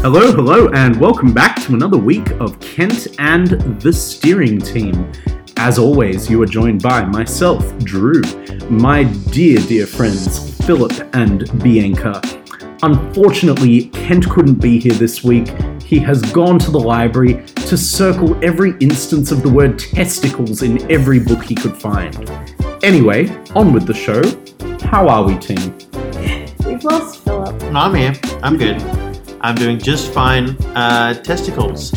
Hello, hello, and welcome back to another week of Kent and the Steering Team. As always, you are joined by myself, Drew, my dear, dear friends, Philip and Bianca. Unfortunately, Kent couldn't be here this week. He has gone to the library to circle every instance of the word testicles in every book he could find. Anyway, on with the show. How are we, team? We've lost Philip. No, I'm here. I'm good. I'm doing just fine. Uh, testicles.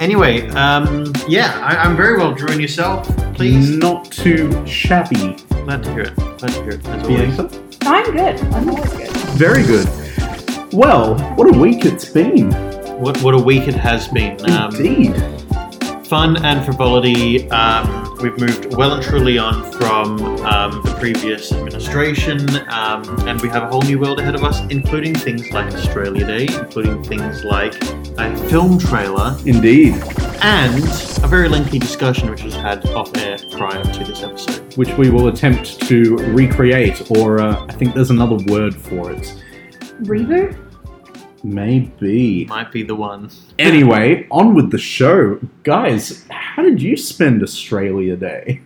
Anyway, um, yeah, I, I'm very well. Drew and yourself, please. Not too shabby, Glad to hear it. Glad to hear it. As always. Bianca. I'm good. I'm always good. Very good. Well, what a week it's been. What, what a week it has been. Mm, Um, Indeed. fun and frivolity. Um, we've moved well and truly on from um, the previous administration, um, and we have a whole new world ahead of us, including things like Australia Day, including things like a film trailer. Indeed. and a very lengthy discussion which was had off air prior to this episode. Which we will attempt to recreate, or uh, I think there's another word for it. Reboot? Maybe. Might be the one. Anyway, on with the show. Guys, how did you spend Australia Day?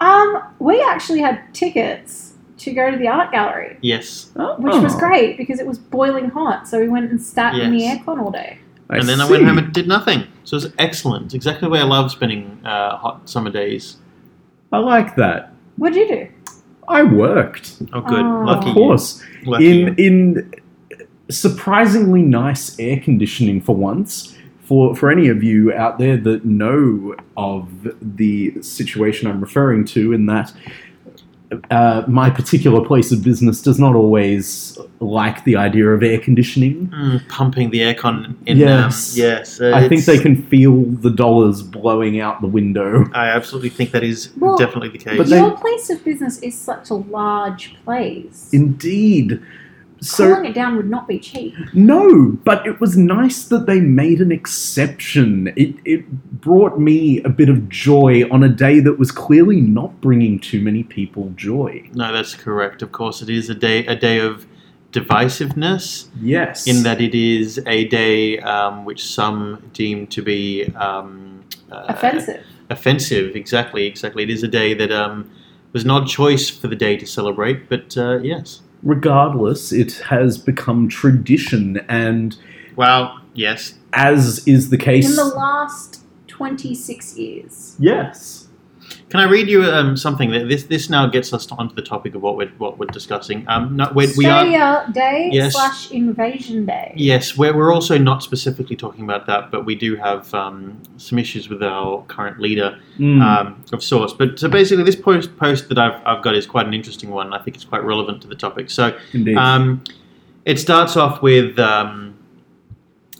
Um, we actually had tickets to go to the art gallery, Yes. Oh, which was great because it was boiling hot, so we went and sat in the Yes. aircon all day. and then I went see. home and did nothing. So it was excellent. It's Exactly the way I love spending uh, hot summer days. I like that. What'd you do? I worked. Oh, good. Oh. Lucky. of you. course. Lucky. in you. in surprisingly nice air conditioning for once. For for any of you out there that know of the situation I'm referring to, in that uh, my particular place of business does not always like the idea of air conditioning. Mm, pumping the aircon in. Yes. Um, yes. uh, I think it's- they can feel the dollars blowing out the window. I absolutely think that is Well, definitely the case. But they- Your place of business is such a large place. Indeed. So Cooling it down would not be cheap. No, but it was nice that they made an exception. It, it brought me a bit of joy on a day that was clearly not bringing too many people joy. no, that's correct. Of course, it is a day a day of divisiveness. Yes. in that it is a day um, which some deem to be um, uh, Offensive. Offensive, exactly, exactly. It is a day that um, was an odd choice for the day to celebrate, but uh, yes. Regardless, it has become tradition, and Well, yes. as is the case. In the last 26 years. yes. Can I read you um, something? That this this now gets us onto the topic of what we're what we're discussing. Um, no, we, we are. Australia Day Yes. slash Invasion Day. Yes, we're, we're also not specifically talking about that, but we do have um, some issues with our current leader Mm. um, of sorts. But so basically, this post post that I've, I've got is quite an interesting one. and I think it's quite relevant to the topic. So indeed. um, it starts off with um,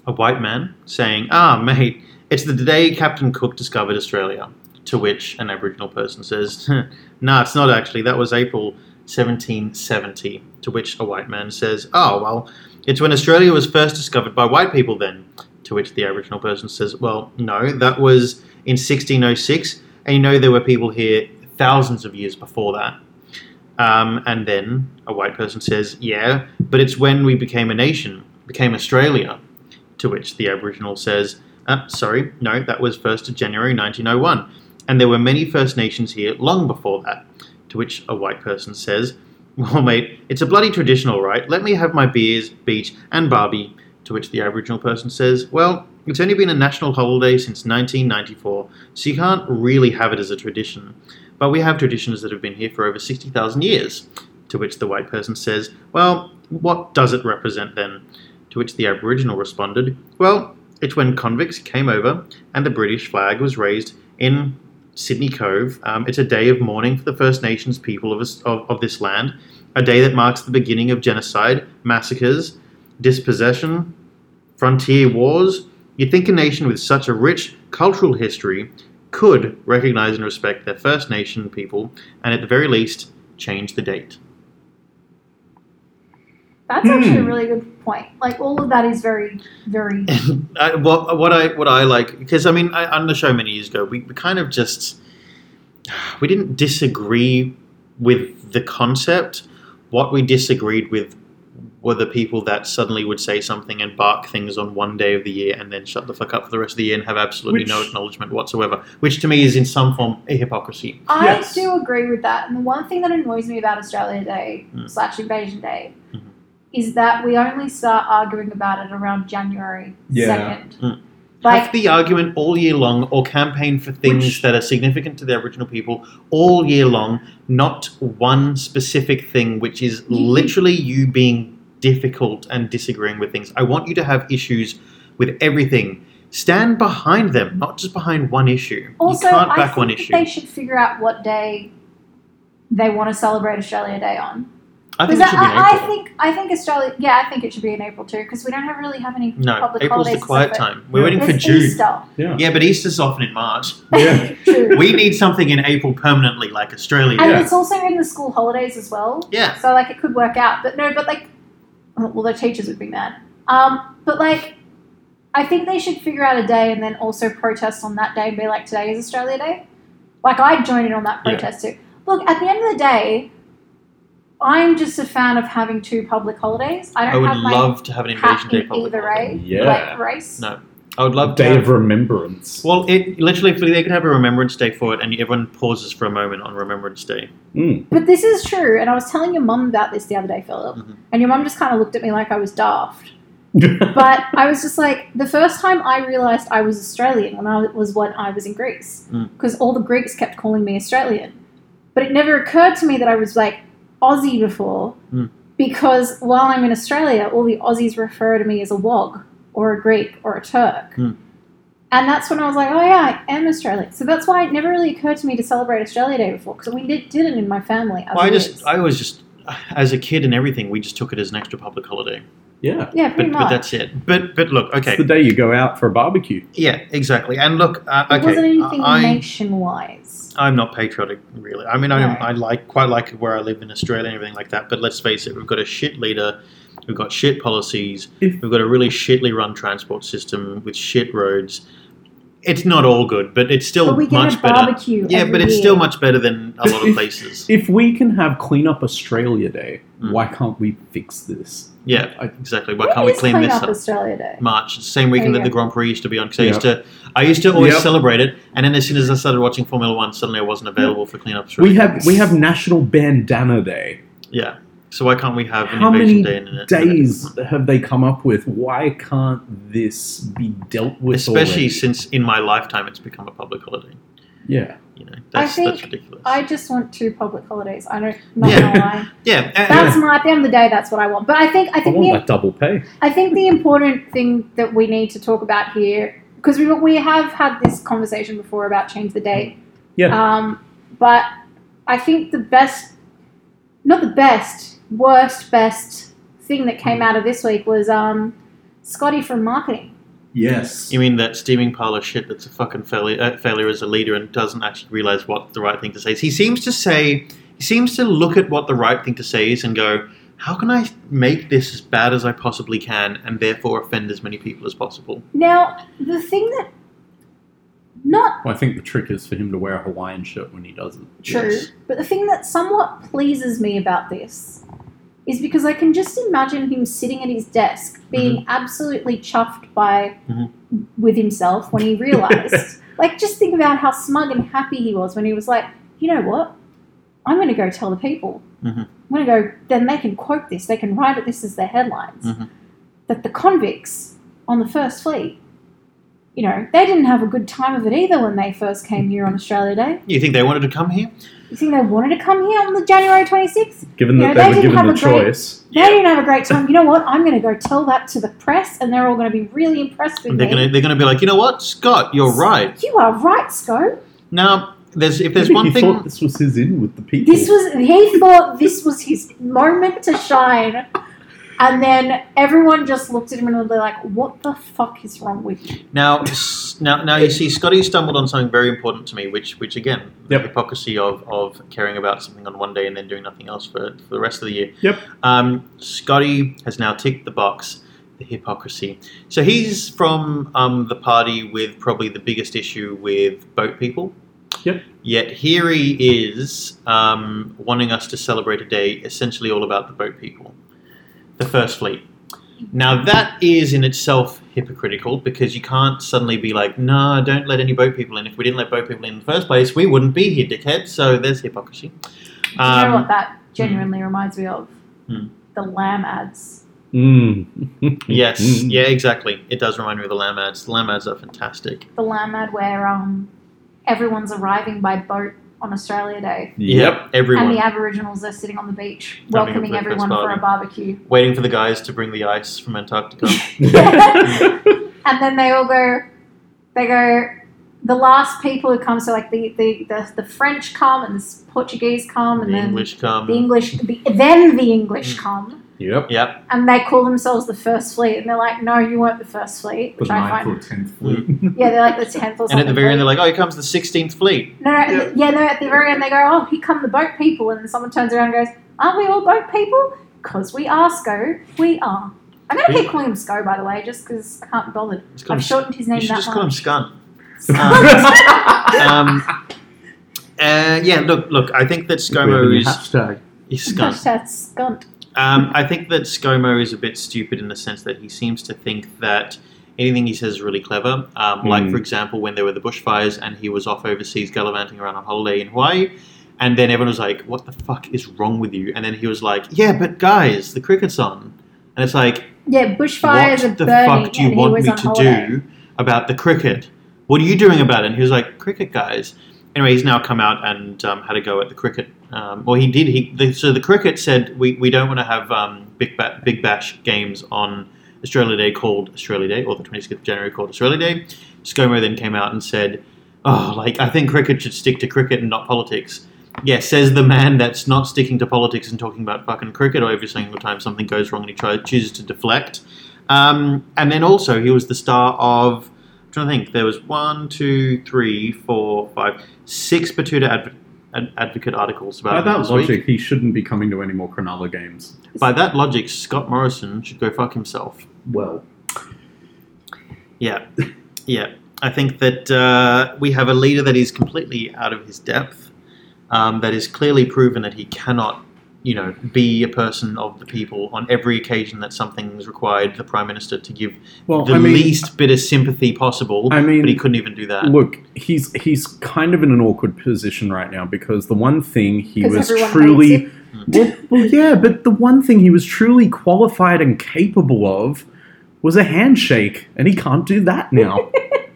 a white man saying, "Ah, mate, it's the day Captain Cook discovered Australia." To which an Aboriginal person says, "Nah, it's not actually. That was April 1770." To which a white man says, "Oh, well, it's when Australia was first discovered by white people then." To which the Aboriginal person says, "Well, no, that was in 1606, and you know there were people here thousands of years before that." Um, and then a white person says, "Yeah, but it's when we became a nation, became Australia." To which the Aboriginal says, uh, "Sorry, no, that was first of January 1901, and there were many First Nations here long before that." To which a white person says, "Well, mate, it's a bloody traditional, right? Let me have my beers, beach, and barbie." To which the Aboriginal person says, "Well, it's only been a national holiday since 1994, so you can't really have it as a tradition." but we have traditions that have been here for over 60,000 years. To which the white person says, Well, what does it represent then? To which the Aboriginal responded, Well, it's when convicts came over and the British flag was raised in Sydney Cove. Um, it's a day of mourning for the First Nations people of, us, of, of this land, a day that marks the beginning of genocide, massacres, dispossession, frontier wars. You'd think a nation with such a rich cultural history could recognize and respect their First Nation people, and at the very least, change the date. That's actually a Hmm. really good point. Like all of that is very, very I, what, what I what I like because I mean I, on the show many years ago we, we kind of just we didn't disagree with the concept. What we disagreed with were the people that suddenly would say something and bark things on one day of the year and then shut the fuck up for the rest of the year and have absolutely no Which- acknowledgement whatsoever, which to me is in some form a hypocrisy. I Yes. do agree with that. And the one thing that annoys me about Australia Day Mm. slash Invasion Day Mhm. is that we only start arguing about it around January Yeah. 2nd. Mm. Like, have the argument all year long or campaign for things Which- that are significant to the Aboriginal people all year long, not one specific thing, which is You- literally you being difficult and disagreeing with things. I want you to have issues with everything. Stand behind them, not just behind one issue. also, you can't I back think one that issue. they should figure out what day they want to celebrate Australia Day on. I think it Because should be in I, I April. think I think Australia. Yeah, I think it should be in April too because we don't have really have any no, public April's the holidays. quiet time. We're waiting for It's June. Easter. Yeah. Yeah, but Easter's often in March. Yeah. True. We need something in April permanently, like Australia. and Yeah. it's also in the school holidays as well. yeah. So like it could work out, but no, but like, well, the teachers would be mad. Um, but like, I think they should figure out a day and then also protest on that day and be like, today is Australia Day. Like I'd join in on that Yeah. protest too. Look, at the end of the day, I'm just a fan of having two public holidays. I don't I would have my love to have an hat Invasion Day in public. either holiday. way. Yeah. Like race. No. I would love to Day have- of Remembrance. Well, it literally, if they could have a Remembrance Day for it, and everyone pauses for a moment on Remembrance Day. Mm. But this is true, and I was telling your mum about this the other day, Philip, Mhm. and your mum just kind of looked at me like I was daft. But I was just like, the first time I realized I was Australian when I was when I was in Greece, Mm. because all the Greeks kept calling me Australian, but it never occurred to me that I was like Aussie before, Mm. because while I'm in Australia, all the Aussies refer to me as a Wog or a Greek or a Turk. Mm. And that's when I was like, oh yeah, I am Australian. So that's why it never really occurred to me to celebrate Australia Day before, because we did, didn't in my family. as Well, I it just, is. I always just, as a kid and everything, we just took it as an extra public holiday. yeah. yeah, pretty But, much. but that's it. But, but look, It's the okay, day you go out for a barbecue. yeah, exactly. And look, uh, it okay, wasn't anything I, nation-wise. I'm not patriotic, really. I mean, I, No. I like quite like where I live in Australia and everything like that. But let's face it, we've got a shit leader, we've got shit policies, If- we've got a really shitly run transport system with shit roads. It's not all good, but it's still but we get much a better. barbecue. Yeah, every but it's year. still much better than a lot If- of places. If we can have Clean Up Australia Day, Mm. why can't we fix this? Yeah, I- exactly. Why When can't we is clean Clean this Up up? Mm. Australia Day. March, it's the same weekend Oh, that yeah. the Grand Prix used to be on. Because I Yeah. used to, I used to always Yep. celebrate it, and then as soon as I started watching Formula One, suddenly I wasn't available for clean up. We have we have National Bandana Day. yeah. So why can't we have an How invasion many day in it? Days have they come up with? Why can't this be dealt with? especially already? since in my lifetime it's become a public holiday. yeah, You know, that's that's think ridiculous. I just want two public holidays. I don't. Not Yeah. gonna lie. yeah, a- That's my. At the end of the day, that's what I want. But I think. I I think. want The, that double pay. I think the important thing that we need to talk about here, because we we have had this conversation before about change the date. Yeah. Um, but I think the best, not the best, worst best thing that Mm. came out of this week was um, Scotty from marketing. Yes. You mean that steaming pile of shit that's a fucking failure, uh, failure as a leader and doesn't actually realize what the right thing to say is? He seems to say, he seems to look at what the right thing to say is and go, how can I make this as bad as I possibly can and therefore offend as many people as possible? Now, the thing that not I think the trick is for him to wear a Hawaiian shirt when he does it. true, Yes. but the thing that somewhat pleases me about this is because I can just imagine him sitting at his desk being absolutely chuffed by Mhm. with himself when he realized. like just think about how smug and happy he was when he was like, "You know what? I'm going to go tell the people. Mhm. I'm going to go then they can quote this. They can write it this as their headlines." Mhm. That the convicts on the first fleet you know, they didn't have a good time of it either when they first came here on Australia Day. You think they wanted to come here? You think they wanted to come here on the January 26th? Given Yeah, that they they were didn't given have the a great- choice. They didn't have a great time. You know what? I'm going to go tell that to the press, and they're all going to be really impressed with They're me. gonna they're gonna be like, you know what, Scott, you're right. You are right, Sco. Now, there's if there's Maybe one he thing thought this was his in with the people. This was he thought this was his moment to shine, and then everyone just looked at him and was like, "What the fuck is wrong with you?" Now, s- now, now you see, Scotty stumbled on something very important to me, which, which again, Yep. the hypocrisy of, of caring about something on one day and then doing nothing else for, for the rest of the year. Yep. Um, Scotty has now ticked the box, the hypocrisy. So he's from um, the party with probably the biggest issue with boat people. Yep. Yet here he is um, wanting us to celebrate a day essentially all about the boat people. the First Fleet. Now, that is in itself hypocritical because you can't suddenly be like, no, don't let any boat people in. If we didn't let boat people in in the first place, we wouldn't be here, dickhead. So there's hypocrisy. Do you know Um, what that genuinely reminds me of? Hmm. The lamb ads. Mm. Yes, Mm. yeah, exactly. It does remind me of the lamb ads. The lamb ads are fantastic. The lamb ad where um, everyone's arriving by boat on Australia Day, Yep. everyone and the Aboriginals are sitting on the beach Having a welcoming breakfast everyone for a barbecue. waiting for the guys to bring the ice from Antarctica. and then they all go they go the last people who come so like the the, the, the french come and the portuguese come the and then English come. Mm. the english the, then the english come yep. Yep, and they call themselves the first fleet and they're like no you weren't the first fleet The which i ninth find or tenth fleet. yeah they're like the 10th or something and at the very end, fleet. they're like, "Oh, here comes the 16th Fleet." no, no, at the- yeah, no. At the very end, they go, "Oh, here come the boat people," and then someone turns around and goes, "Aren't we all boat people? Because we are Sco. We are." I'm gonna We- keep calling him Sco, by the way, just because I can't be bothered. It's called, I've shortened his you name should that just much. call him Scun. Hashtag. Um, uh, yeah, look, look. I think that ScoMo is, is Scun. Hashtag skunt. Um, I think that ScoMo is a bit stupid in the sense that he seems to think that anything he says is really clever. Um, Like, Mm. for example, when there were the bushfires and he was off overseas gallivanting around on holiday in Hawaii, and then everyone was like, What the fuck is wrong with you? And then he was like, Yeah, but guys, the cricket's on. And it's like, Yeah, bushfires are What the burning, fuck do you and want he was me on to holiday. do about the cricket? What are you doing about it? And he was like, Cricket, guys. Anyway, he's now come out and um, had a go at the cricket. Um, well, he did. He the, so the cricket said we, we don't want to have um, big ba- big bash games on Australia Day called Australia Day or the 26th of January called Australia Day. ScoMo then came out and said, "Oh, like I think cricket should stick to cricket and not politics." Yeah, says the man that's not sticking to politics and talking about fucking cricket every single time something goes wrong and he tries chooses to deflect. Um, and then also he was the star of. I'm trying to think. There was one, two, three, four, five, six Batuta adv- ad- advocate articles about By him that this week. logic, he shouldn't be coming to any more Cronulla games. By that logic, Scott Morrison should go fuck himself. Well, Yeah, yeah. I think that uh, we have a leader that is completely out of his depth. Um, that is clearly proven that he cannot, you know, be a person of the people on every occasion that something is required. The prime minister to give well, the I mean, least bit of sympathy possible. I mean, but he couldn't even do that. Look, he's he's kind of in an awkward position right now because the one thing he 'Cause was everyone truly hates him. well, well, yeah, but the one thing he was truly qualified and capable of was a handshake, and he can't do that now.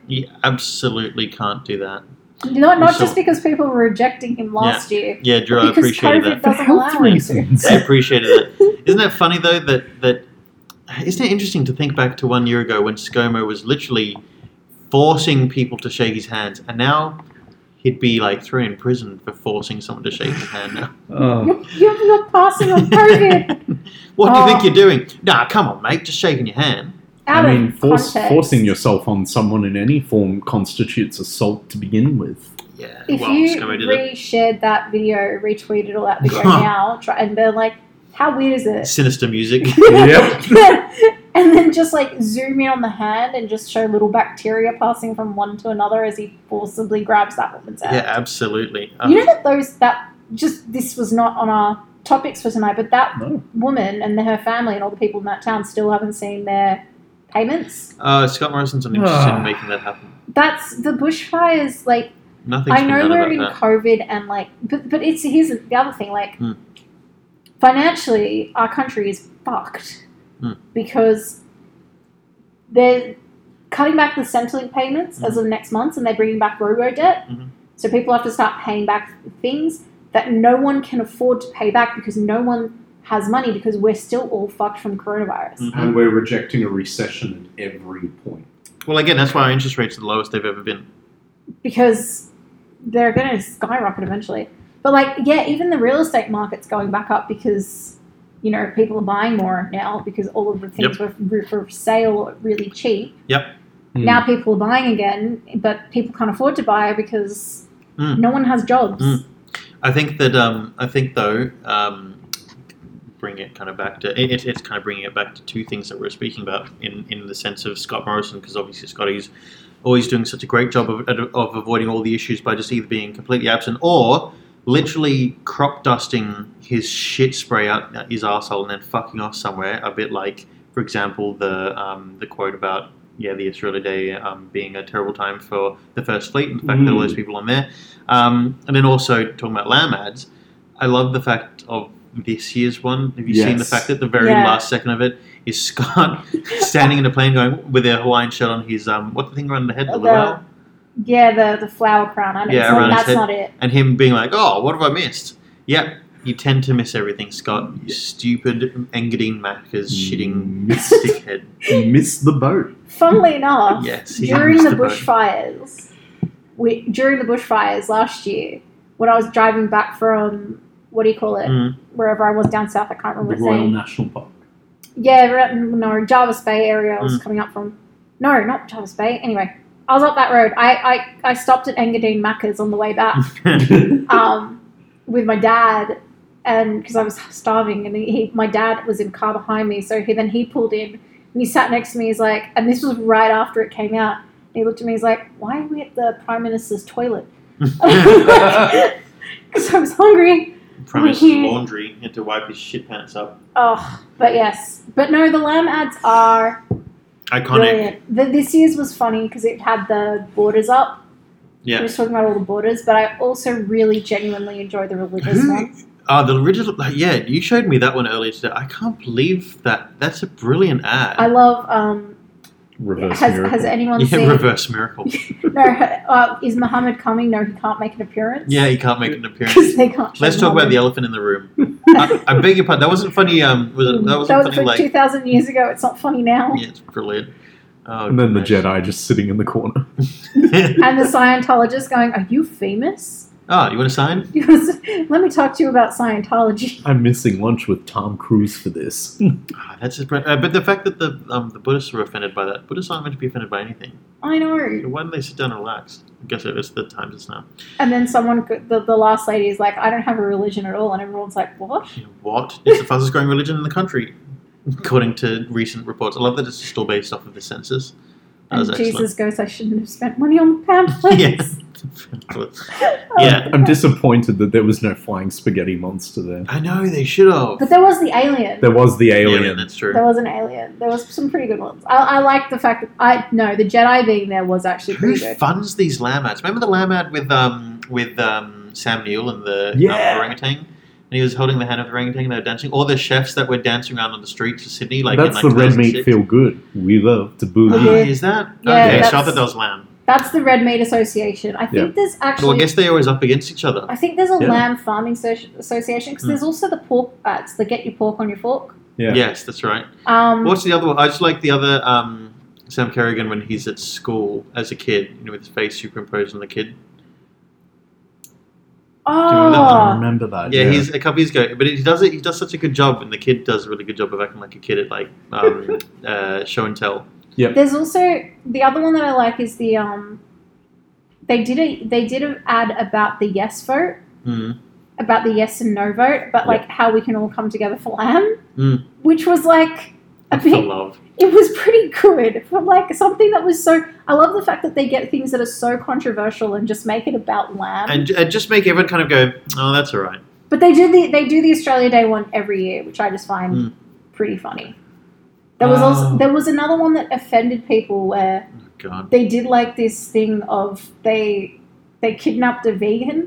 He absolutely can't do that. You know, not So- just because people were rejecting him last year. Yeah, Drew, I Because appreciated COVID that. For Doesn't health allow him to. reasons. Uh, I appreciated that. Isn't that funny though? That that isn't it interesting to think back to one year ago when ScoMo was literally forcing people to shake his hands, and now he'd be like thrown in prison for forcing someone to shake his hand. Now, Oh, You're, you're, you're passing on COVID what do you Oh. think you're doing? Nah, come on, mate, just shaking your hand. out I mean, of force, context. forcing yourself on someone in any form constitutes assault to begin with. Yeah, If well, you ScoMo did it. re-shared that video, retweeted all that video now, try, and they're like, "How weird is it?" Sinister music. and then just like zoom in on the hand and just show little bacteria passing from one to another as he forcibly grabs that woman's hand. Yeah, absolutely. Uh, You know that those that just this was not on our topics for tonight, but that No. woman and her family and all the people in that town still haven't seen their payments. uh, Scott Morrison's not interested in making that happen. That's the bushfires. Like Nothing's I been know done we're about in that. COVID and like, but but it's here's the other thing. Like Hmm. financially, our country is fucked Hmm. because they're cutting back the Centrelink payments Hmm. as of next month, and they're bringing back robo debt. Mhm. So people have to start paying back things that no one can afford to pay back because no one has money because we're still all fucked from coronavirus. Mm. And we're rejecting a recession at every point. Well, again, that's why our interest rates are the lowest they've ever been. because they're going to skyrocket eventually. But like, yeah, even the real estate market's going back up because you know people are buying more now because all of the things were were for sale at really cheap. Hmm. Now people are buying again, but people can't afford to buy because Mm. no one has jobs. Mm. I think that um, I think though, um, bring it kind of back to it, it's kind of bringing it back to two things that we were speaking about in in the sense of Scott Morrison because obviously Scotty's always doing such a great job of, of avoiding all the issues by just either being completely absent or literally crop dusting his shit spray out his asshole and then fucking off somewhere. A bit like, for example, the um, the quote about yeah the Australia Day um, being a terrible time for the First Fleet and the fact that all Mm. those people on there, um, and then also talking about lamb ads. I love the fact of this year's one. Have you seen the Yes. fact that the very Yeah. last second of it is Scott standing in a plane going with a Hawaiian shirt on his um what's the thing around the head the The- luau? Yeah, the, the flower crown. I know. Yeah, it's not- around his that's head. not it. and him being like, "Oh, what have I missed?" Yep, you tend to miss everything, Scott. You stupid Engadine Macca's shitting Missed, dickhead. missed the boat. Funnily enough, Yes, he during missed the boat. bushfires, we, during the bushfires last year, when I was driving back from what do you call it, Mm. wherever I was down south, I can't The remember his Royal name. National Park. Yeah, we're at- no, Jarvis Bay area. I Mm. was coming up from. No, not Jarvis Bay. Anyway, I was up that road. I I, I stopped at Engadine Macca's on the way back. um, with my dad, and because I was starving, and he, he, my dad was in car behind me, so he then he pulled in and he sat next to me. He's like, and this was right after it came out. And he looked at me. He's like, "Why are we at the prime minister's toilet?" Because I was hungry. Promised He- laundry he had to wipe his shit pants up. Oh, but yes, but no, the lamb ads are Iconic. brilliant. The, this year's was funny because it had the borders up. We Yeah. were talking about all the borders, but I also really genuinely enjoy the religious Who- one. Oh, the original. like, Yeah, you showed me that one earlier today. I can't believe that. That's a brilliant ad. I love. Um, Reverse has, miracle. has anyone yeah, seen? reverse miracle. No, uh, is Muhammad coming? No, he can't make an appearance. Yeah, he can't make an appearance. because they can't. Let's talk about the elephant in the room. I, I beg your pardon. That wasn't funny. Um, was it, that That was wasn't funny. from Like, two thousand years ago. It's not funny now. yeah, it's brilliant. Oh, and then the goodness. Jedi just sitting in the corner. And the Scientologist going, "Are you famous? oh, you want to sign? Because let me talk to you about Scientology." I'm missing lunch with Tom Cruise for this. Ah, that's just, uh, but the fact that the um, the Buddhists were offended by that. Buddhists aren't meant to be offended by anything. I know. Why don't they sit down and relax? I guess it's the times it's now. And then someone, go- the, the last lady, is like, "I don't have a religion at all," and everyone's like, "What?" You know, What? It's the fastest growing religion in the country, according to recent reports. I love that it's just all based off of the census. That was And Jesus goes, "I shouldn't have spent money on the pamphlets." excellent. Yeah. I'm disappointed that there was no flying spaghetti monster there. I know they should have. But there was the alien. There was the Yeah, alien. that's true. There was an alien. There was some pretty good ones. I, I like the fact that I no the Jedi being there was actually Who pretty good. funds these lamb ads? Remember the lamb ad with um with um Sam Neill and the um, Yeah. orangutan, and he was holding the hand of the orangutan. and They were dancing. All the chefs that were dancing around on the streets of Sydney, like That's in, like, the red meat 2006. feel good. We love to Ah, boogie. Okay. is that Oh, Yeah, okay? So I that's- thought that was lamb. That's the Red Meat Association. I think Yeah. there's Well, I actually. guess they always up against each other. I think there's a Yeah. lamb farming so- association because Hmm. there's also the pork ads, the get your pork on your fork. Yeah. Yes, that's right. Um, What's the other one? I just like the other um, Sam Kerrigan when he's at school as a kid, you know, with his face superimposed on the kid. remember that I oh, remember that. Yeah, he's a couple years ago, but he does it. He does such a good job, and the kid does a really good job of acting like a kid at like um, uh, show and tell. there's also the other one that I like is the um, they did a they did an ad about the yes vote, Mm. about the yes and no vote, but Yeah. like how we can all come together for lamb, Hmm. which was like a For bit love, it was pretty good for like something that was so i love the fact that they get things that are so controversial and just make it about lamb and, and just make everyone kind of go, "Oh, that's all right." but they do the they do the australia day one every year which i just find Hmm. pretty funny there was also Oh. there was another one that offended people where Oh, God, they did like this thing of they they kidnapped a vegan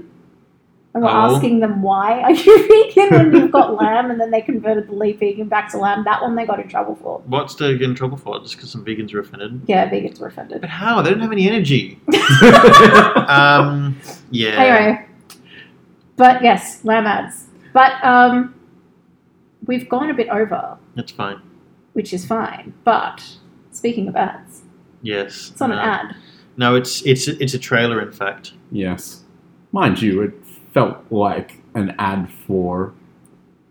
and were Oh. asking them why are you vegan and you've got lamb and then they converted the leaf vegan back to lamb that one they got in trouble for what's to get in trouble for? Just because some vegans are offended? yeah vegans were offended But how? They don't have any energy. Um, yeah. Anyway, but yes, lamb ads. But um, we've gone a bit over, that's fine. which is fine. But speaking of ads, Yes. it's not no. an ad. No, it's it's it's a trailer. In fact, yes. Mind you, it felt like an ad for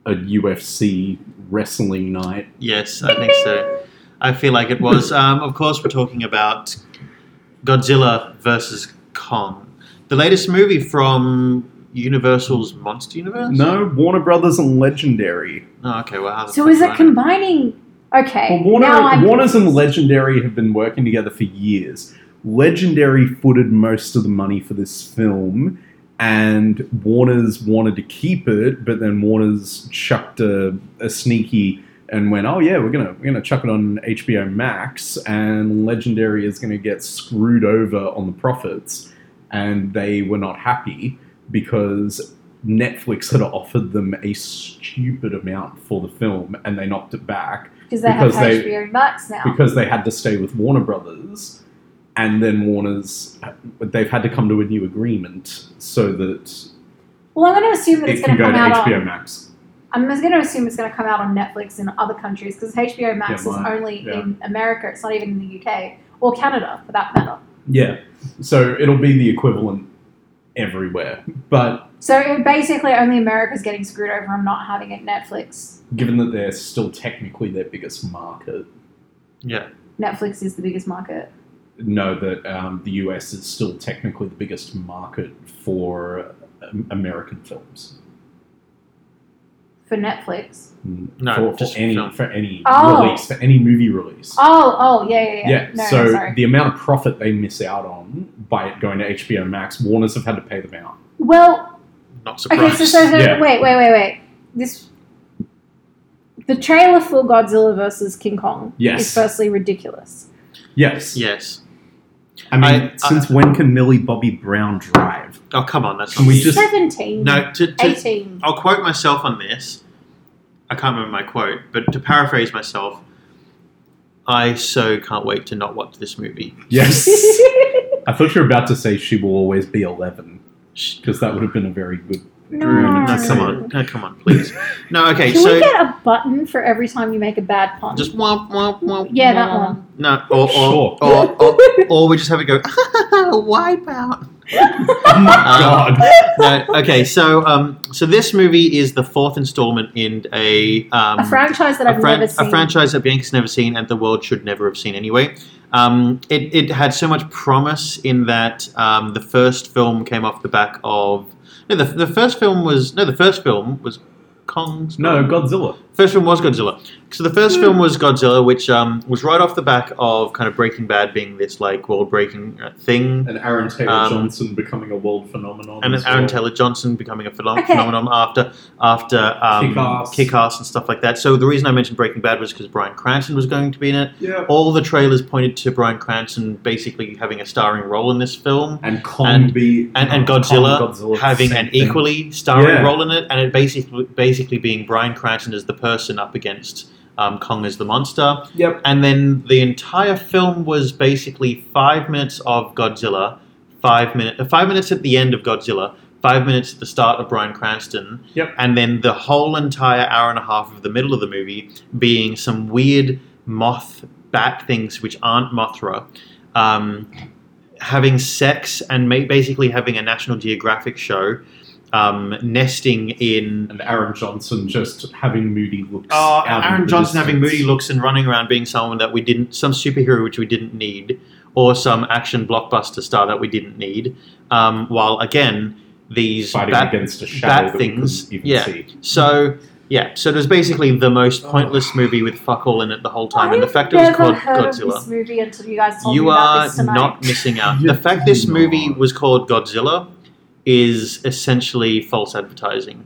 a UFC wrestling night. yes, I think so. I feel like it was. Um, of course, we're talking about Godzilla versus Kong, the latest movie from Universal's Monster Universe. No, Warner Brothers and Legendary. Oh, okay. Well, how the So fuck is do it I know? combining? Okay, Well, Warner, now I'm Warner's and Legendary have been working together for years. Legendary footed most of the money for this film, and Warner's wanted to keep it, but then Warner's chucked a, a sneaky and went, "Oh yeah, we're gonna we're gonna chuck it on HBO Max, and Legendary is gonna get screwed over on the profits," and they were not happy because Netflix had offered them a stupid amount for the film, and they knocked it back because they Because have they- HBO Max now. because they had to stay with Warner Brothers, and then Warner's they've had to come to a new agreement so that well, I'm going to assume that it's it can going go to come to out HBO on. Max. I'm just going to assume it's going to come out on Netflix in other countries because HBO Max Yeah, mine- is only yeah. in America. It's not even in the UK or Canada for that matter. Yeah, so it'll be the equivalent everywhere. But So it- basically, only America's getting screwed over on not having it Netflix. given that they're still technically their biggest market, Yeah. Netflix is the biggest market. know that um, the US is still technically the biggest market for um, American films. For Netflix. Mm, No, for, for just any film. for any Oh. release for any movie release. Oh, oh, yeah, yeah, yeah. Yeah, No, so sorry. the amount of profit they miss out on by it going to HBO Max, Warners have had to pay them out. well, Not surprised. okay, so, so, so Yeah. wait, wait, wait, wait. This. The trailer for Godzilla versus King Kong Yes. is firstly ridiculous. Yes. yes. I mean, I- since when can Millie Bobby Brown drive? Oh come on, that's Can we just- 17. no. To, to, 18. I'll quote myself on this. I can't remember my quote, but to paraphrase myself, I so can't wait to not watch this movie. Yes. I thought you were about to say she will always be 11 Shh. because that would have been a very good. no. Mm. No, come on, no, come on, please. No, okay, Can we so get a button for every time you make a bad pun? just womp womp womp. yeah, that womp. one. No, or or, Sure. or, or, or we just have it go wipe out. Oh my Um, god. No, okay, so um, so this movie is the fourth installment in a um, a franchise that I've a, fran- never seen. a franchise that Bianca's never seen and the world should never have seen anyway. Um, it, it had so much promise in that um, the first film came off the back of. No, the, the first film was. No, the first film was Kong's. No, Godzilla. First film was Godzilla. So the first Hmm. film was Godzilla, which um, was right off the back of kind of Breaking Bad being this like world breaking thing. And Aaron Taylor Um, Johnson becoming a world phenomenon. and as Aaron well. Taylor Johnson becoming a philo- Okay. phenomenon after after um, Kick-Ass. Kick-Ass and stuff like that. So the reason I mentioned Breaking Bad was because Brian Cranston was going to be in it. Yeah. All the trailers pointed to Brian Cranston basically having a starring role in this film, And Kong And- be- and, and Kong, Godzilla, Godzilla, having same an thing. equally starring Yeah. role in it, and it basically basically being Brian Cranston as the person up against um, Kong as the monster. Yep. And then the entire film was basically five minutes of Godzilla, five minute, uh, five minutes at the end of Godzilla, five minutes at the start of Brian Cranston, Yep. and then the whole entire hour and a half of the middle of the movie being some weird moth bat things which aren't Mothra. Um, having sex and ma- basically having a National Geographic show, um, nesting in And Aaron Johnson just having moody looks. Oh, out in Aaron the Johnson having distance. moody looks and running around being someone that we didn't, some superhero which we didn't need, or some action blockbuster star that we didn't need. Um, while again, these fighting bat- against a shadow bad that we things, couldn't even yeah. see. so yeah, so it was basically the most pointless movie with fuck all in it the whole time, and the I've fact it was never called heard of Godzilla. this movie until you guys told You me about are this tonight. not missing out. You're The fact this not. movie was called Godzilla is essentially false advertising.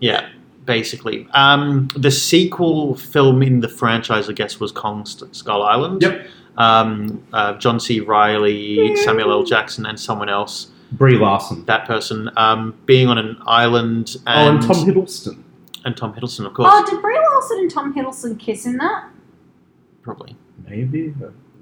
Yeah, basically. Um, the sequel film in the franchise, I guess, was Kong St- Skull Island. Yep. Um, uh, John C. Riley, Mm. Samuel L. Jackson, and someone else. Brie Larson. That person um, being on an island oh, and and, Tom Hiddleston. and Tom Hiddleston, of course, Oh, did Brie Larson and Tom Hiddleston kiss in that? probably. Maybe.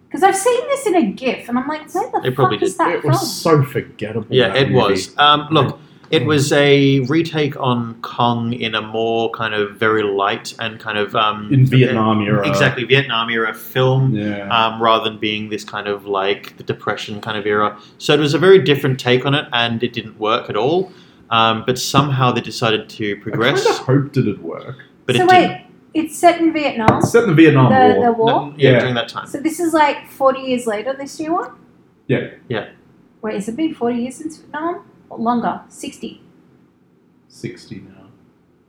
Because I've seen this in a GIF, and I'm like, where the They fuck probably is that it from? was so forgettable. Yeah, that it movie. Mm. was. Um, look, it was a retake on Kong in a more kind of very light and kind of um, in Vietnam era. exactly Vietnam era film. Yeah. um, rather than being this kind of like the depression kind of era. So it was a very different take on it, and it didn't work at all. Um, but somehow they decided to I kind progress, of hoped it'd work. but so it wait, didn't. it's set in Vietnam, It's set in the Vietnam the, War. the war. No, yeah, Yeah. during that time. So this is like 40 years later, this new one? Yeah. Yeah. Wait, has it been 40 years since Vietnam? Or longer, 60. Sixty now.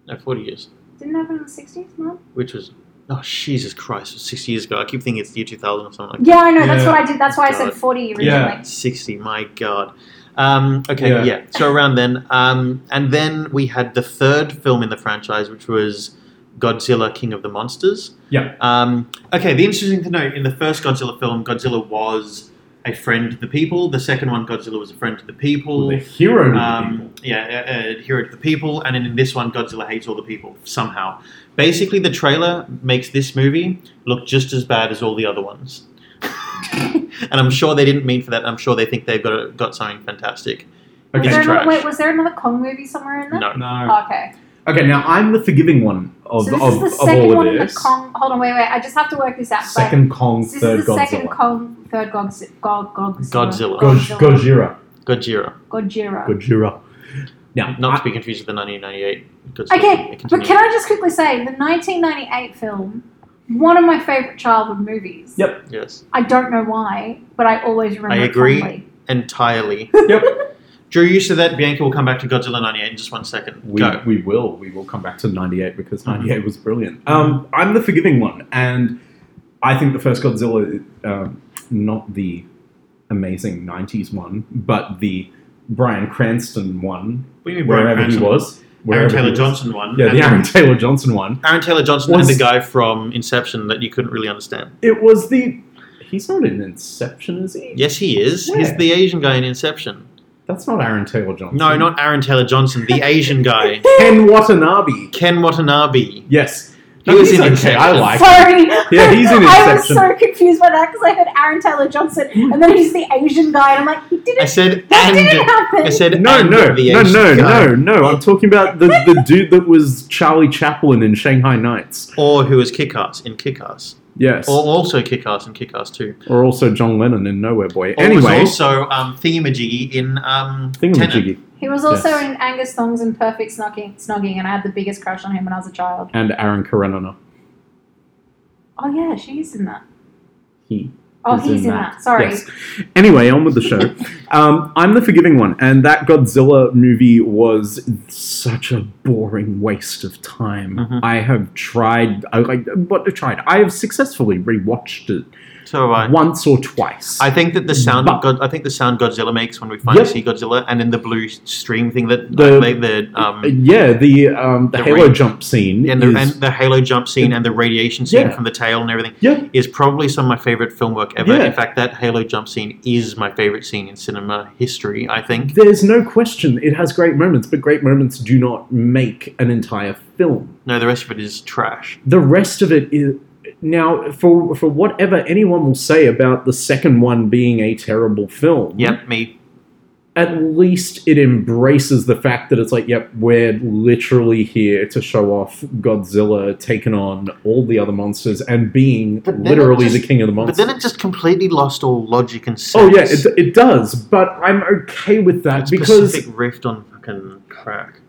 No, uh, forty years, Didn't it happen in the 60s, Mum? which was oh Jesus Christ, it was sixty years ago. I keep thinking it's the year two thousand or something like Yeah, I know. That's Yeah. what I did. That's why I God. said 40 originally. Yeah. that. Sixty, my God. Um, okay, Yeah. yeah. So around then, um, and then we had the third film in the franchise, which was Godzilla: King of the Monsters. Yeah. Um, okay. The interesting thing to note in the first Godzilla film, Godzilla was a friend to the people. The second one, Godzilla was a friend to the people. The hero to the people. Um, yeah, uh, uh, hero to the people, and in this one, Godzilla hates all the people somehow. Basically, the trailer makes this movie look just as bad as all the other ones, and I'm sure they didn't mean for that. I'm sure they think they've got a, got something fantastic. Was Okay. there another, trash. wait, was there another Kong movie somewhere in there? Oh, No, No. okay. Okay, now I'm the forgiving one of, so this of, is the of second all one of in the this. Kong. Hold on, wait, wait. I just have to work this out. but second Kong, this third is the second Godzilla. Kong, third Godzilla. God, Godzilla. Godzilla. Goj- Gojira. Gojira, Godzilla. Gojira. Now, not I- to be confused with the 1998. Godzilla. Okay, but Continue. can I just quickly say the 1998 film, one of my favorite childhood movies. Yep. yes, I don't know why, but I always remember. I agree. It fondly. entirely. Yep. Drew, you said that Bianca will come back to Godzilla 98 in just one second. We, Go. Mm-hmm. we will. We will come back to 98 because 98 was brilliant. Um, I'm the forgiving one, and I think the first Godzilla, um, not the amazing 90s one, but the Brian Cranston one, What do you mean, Brian wherever Cranston? he was. Aaron wherever he Taylor was. Johnson one. Yeah, and the Aaron Taylor Johnson one. Aaron Taylor Johnson Was- and the guy from Inception that you couldn't really understand. It was the. He's not in Inception, is he? Yes, he is. He's Where? the Asian guy in Inception. That's not Aaron Taylor Johnson. No, not Aaron Taylor Johnson, the Asian guy. Ken Watanabe. Ken Watanabe. Yes. He No, was he's in okay, Inception. I like Sorry. Yeah, he's in I was Inception. so confused by that because I heard Aaron Taylor Johnson and then he's the Asian guy, and I'm like, he Hmm. I didn't. said That didn't and happen. I said No, and no, the no, Asian no, guy. no, no. I'm talking about the, the dude that was Charlie Chaplin in Shanghai Nights. Or who was Kick-Ass in Kick-Ass. Yes. Or Or, also Kick-Ass in Kick-Ass too. also John Lennon in Nowhere Boy. Or was Anyway, also um, Thingamajiggy in um, Tenet. Thingamajiggy. He was also Yes. in Angus Thongs and Perfect Snogging, Snogging, and I had the biggest crush on him when I was a child. And Aaron Karenina. Oh yeah, she's in that. He. Oh, is he's in, that. Sorry. Yes. Anyway, on with the show. um, I'm the forgiving one, and that Godzilla movie was such a boring waste of time. Mhm. I have tried, I like, what tried? I have successfully rewatched it So have I. once or twice. I think that the sound of God, I think the sound Godzilla makes when we finally Yep. see Godzilla, and in the blue stream thing that The- the, the um, yeah, the um, the, The halo ring. jump scene and the, is- and the halo jump scene and the radiation scene Yeah. from the tail and everything Yeah. is probably some of my favorite film work ever. Yeah. In fact, that halo jump scene is my favorite scene in cinema history. I think. There's no question it has great moments, but great moments do not make an entire film. No, the rest of it is trash. The rest of it is now for for whatever anyone will say about the second one being a terrible film. Yep, me. At least it embraces the fact that it's like, yep, we're literally here to show off Godzilla taking on all the other monsters and being But then it literally just- the king of the But monsters. then it just completely lost all logic and sense. oh yeah, it, it does, but I'm okay with that It's because Pacific Rift on fucking crack.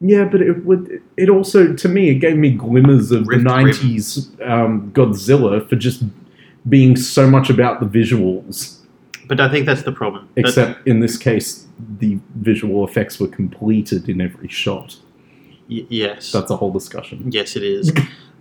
Yeah, but it would. It also, to me, it gave me glimmers of Rift the Grim. '90s um, Godzilla for just being so much about the visuals. But I think that's the problem. That- Except in this case, the visual effects were completed in every shot. y- yes. That's a whole discussion. Yes, it is.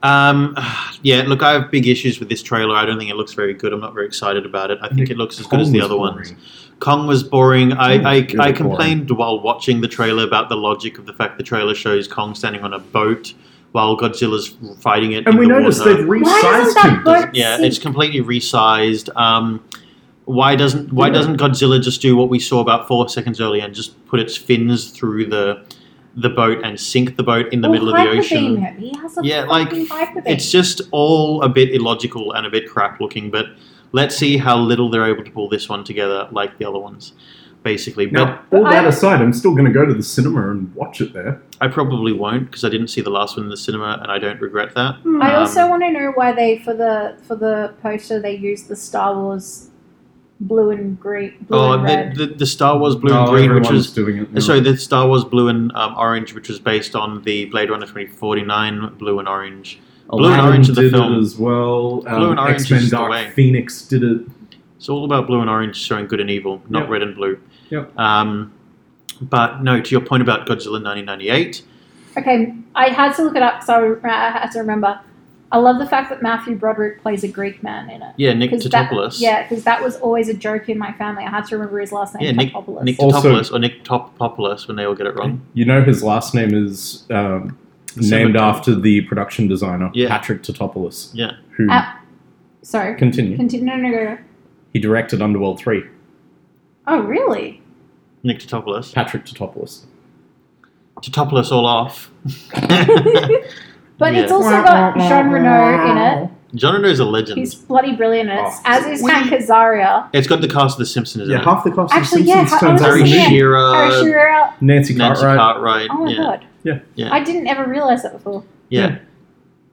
Um, yeah, look, I have big issues with this trailer. I don't think it looks very good. I'm not very excited about it. I think it looks as good as the other ones. Kong was boring. I, Kong I, was really I complained while watching the trailer about the logic of the fact the trailer shows Kong standing on a boat while Godzilla's fighting it. And in we the uh, noticed water. they've Why resized doesn't that him. boat Yeah, sink? it's completely resized. Um, why doesn't why Yeah. doesn't Godzilla just do what we saw about four seconds earlier and just put its fins through the the boat and sink the boat in the Or middle of the hyperbeam ocean? him. He has a Yeah, like fucking hyperbeam. it's just all a bit illogical and a bit crap looking. But let's see how little they're able to pull this one together, like the other ones, basically. But Now, all But that I- aside, I'm still going to go to the cinema and watch it there. I probably won't because I didn't see the last one in the cinema, and I don't regret that. I Um, also want to know why they for the for the poster they used the Star Wars blue and green, blue Oh, and the, red. the the Star Wars blue No, and green, which Oh, everyone's was doing it. now. sorry, the Star Wars blue and um, orange, which was based on the Blade Runner twenty forty nine blue and orange. Blue and Aladdin Orange is the did it film. as well. Um, and Orange X-Men is the Dark way. Phoenix did it. It's all about blue and orange showing good and evil, not Yep. red and blue. Yep. Um, but no, to your point about Godzilla nineteen ninety eight. Okay, I uh, had to look it up because I, re- I had to remember. I love the fact that Matthew Broderick plays a Greek man in it. Yeah, Nick 'Cause that- Totopoulos. Yeah, because that was always a joke in my family. I had to remember his last name, Yeah, Nick- Totopoulos. Nick Also- Totopoulos or Nick Topopoulos when they all get it wrong. You know his last name is um, named Cemetery. after the production designer Yeah. Patrick Totopoulos. Yeah. Who Uh, Sorry. continue? Continue. No, no, no, no. He directed Underworld Three. Oh, really? Nick Totopoulos. Patrick Totopoulos. Totopoulos all off. But Yeah. it's also got Jean Renault in it. John Renault's a legend. He's bloody brilliant in it, Oh. as is We- Hank Azaria. It's got the cast of The Simpsons in Yeah, it. half the cast Actually, of yeah, Simpsons I- I turns out was Harry to Harry just be thinking- Shearer, Harry Shearer. Nancy Nancy Cartwright. Cartwright. Oh my Uh, yeah. god. Yeah. Yeah. I didn't ever realize that before. yeah,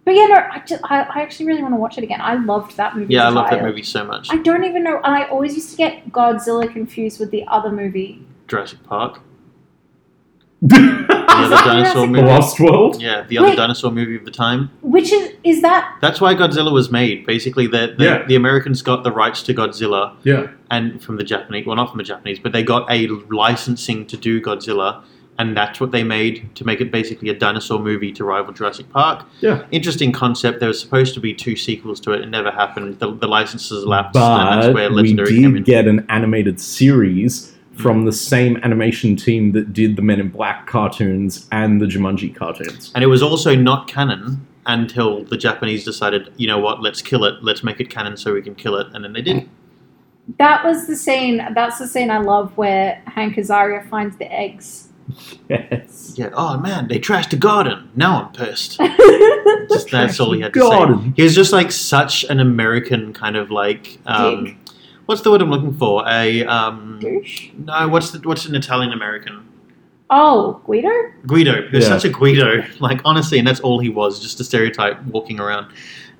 But yeah, no, I, just, I, I actually really want to watch it again. I loved that movie. yeah, I as a love that child. movie so much. I don't even know. And I always used to get Godzilla confused with the other movie. Jurassic Park, the Is other that dinosaur Jurassic the movie. Lost World. Yeah, the other Wait. dinosaur movie of the time. Which is is that? That's why Godzilla was made. Basically, the the, Yeah. the Americans got the rights to Godzilla, Yeah. and from the Japanese, well, not from the Japanese, but they got a licensing to do Godzilla, and that's what they made to make it basically a dinosaur movie to rival Jurassic Park. Yeah. interesting concept. There was supposed to be two sequels to it, it never happened. The, the licenses lapsed, and that's where But we Legendary came in. Mm. did get an animated series from the same animation team that did the Men in Black cartoons and the Jumanji cartoons. And it was also not canon until the Japanese decided, you know what, let's kill it, let's make it canon so we can kill it, and then they did. That was the scene. That's the scene I love where Hank Azaria finds the eggs. Yes. Yeah, oh man, they trashed the garden. Now I'm pissed. Just, that's all he had to Garden. say. He was just like such an American kind of like um, Dig. what's the word I'm looking for? A um, Douche. no, what's the, what's an Italian American? Oh, Guido? Guido. He was Yeah. such a Guido. Like honestly, and that's all he was, just a stereotype walking around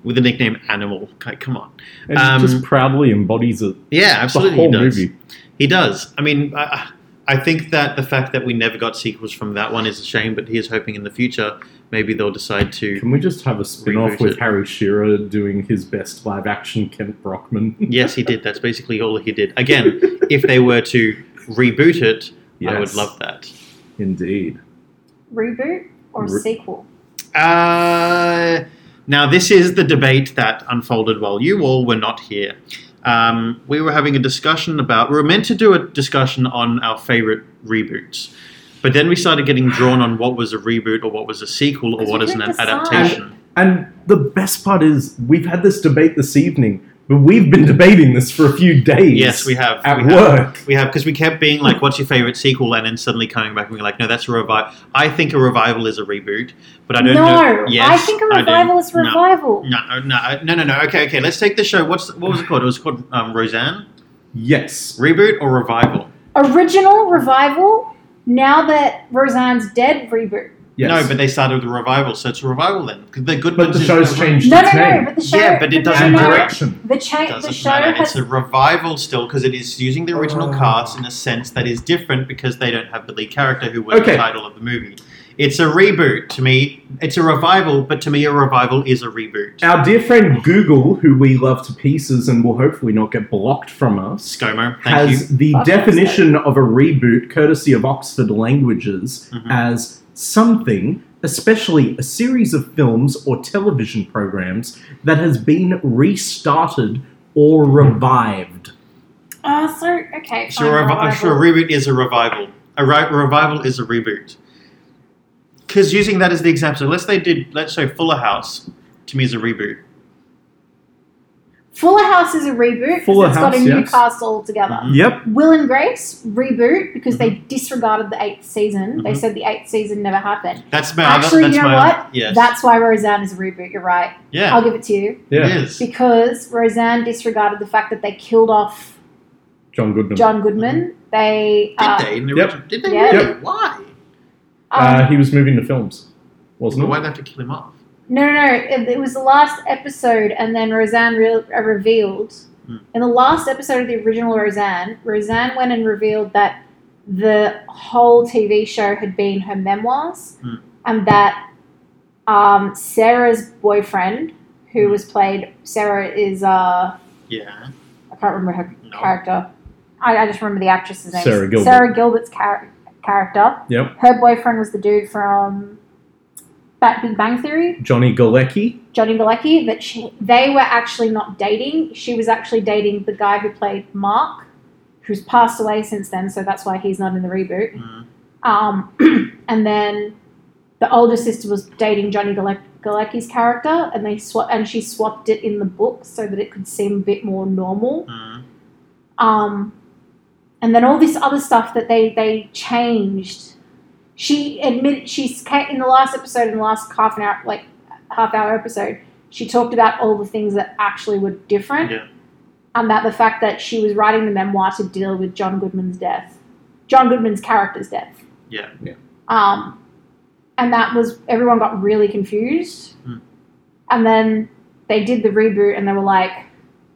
with the nickname Animal. Like, come on. And Um, he just proudly embodies it Yeah, absolutely. the whole he does. movie. He does. I mean, I, I think that the fact that we never got sequels from that one is a shame, but he is hoping in the future maybe they'll decide to. Can we just have a spin off Reboot with it. Harry Shearer doing his best live action Kent Brockman? yes, he did. That's basically all he did. Again, if they were to reboot it, I would Yes, love that. Indeed. Reboot or Re- sequel? Uh, now, this is the debate that unfolded while you all were not here. Um, we were having a discussion about. We were meant to do a discussion on our favorite reboots, but then we started getting drawn on what was a reboot or what was a sequel or Because what we is an couldn't decide. adaptation. And the best part is, we've had this debate this evening, but we've been debating this for a few days. Yes, we have. At we have. work. We have because we kept being like, "What's your favorite sequel?" and then suddenly coming back and being like, "No, that's a revival." I think a revival is a reboot, but I don't know. no, Yes, I think a do. revival is No. revival. No, no, no, no, no. Okay, okay. Let's take the show. What's what was it called? It was called um, Roseanne. Yes. Reboot or revival? Original revival. Now that Roseanne's dead, reboot. yes. No, but they started with a revival, so it's a revival then. 'Cause The good But ones the is- show's changed No, no, its no. name. But the show. Yeah, but it the doesn't show- direct- The, cha- the doesn't show matter. has It's a revival still because it is using the original Oh. cast in a sense that is different because they don't have the lead character who was Okay. the title of the movie. It's a reboot to me. It's a revival, but to me, a revival is a reboot. Our dear friend Google, who we love to pieces and will hopefully not get blocked from us, ScoMo, thank you. has the Fuck definition of a reboot, courtesy of Oxford Languages, Mhm. as something, especially a series of films or television programs, that has been restarted or revived. Mm-hmm. Oh, so okay. So, fine, a revi- revival. so a reboot is a revival. A ri- revival is a reboot. Because using that as the example, let's they did, let's say Fuller House, to me is a reboot. Fuller House is a reboot. Fuller Fuller it's got a House, new yes. cast altogether. Mhm. Yep. Will and Grace reboot because Mm-hmm. they disregarded the eighth season. They Mhm. said the eighth season never happened. That's my Actually, that's you know my, what? Yes. That's why Roseanne is a reboot. You're right. yeah. I'll give it to you Yeah. It is. because Roseanne disregarded the fact that they killed off John Goodman. John Goodman. They, Mm. Mm-hmm. Did uh, they? In the Yep. original- Did they Yeah. really? Why? uh, um, he was moving to films, wasn't But it? why'd they have to kill him off? No, no, no. It, it was the last episode, and then Roseanne re- uh, revealed. Hmm. In the last episode of the original Roseanne, Roseanne went and revealed that the whole TV show had been her memoirs, Hmm. and that um, Sarah's boyfriend, who Hmm. was played, Sarah is, uh, Yeah. I can't remember her No. character. I, I just remember the actress's name. Sarah Gilbert. Sarah Gilbert's char- character. Yep. Her boyfriend was the dude from Ba- Big Bang Theory, Johnny Galecki. Johnny Galecki, that she, they were actually not dating. She was actually dating the guy who played Mark, who's passed away since then, so that's why he's not in the reboot. Mm. Um, and then the older sister was dating Johnny Galec- Galecki's character, and they swa- and she swapped it in the book so that it could seem a bit more normal. Mm. Um, and then all this other stuff that they they changed. She admitted she's ca- in the last episode, in the last half an hour, like half hour episode, she talked about all the things that actually were different Mm, Yeah. and that the fact that she was writing the memoir to deal with John Goodman's death, John Goodman's character's death. Yeah. Yeah. Um, and that was everyone got really confused, Hmm. and then they did the reboot, and they were like,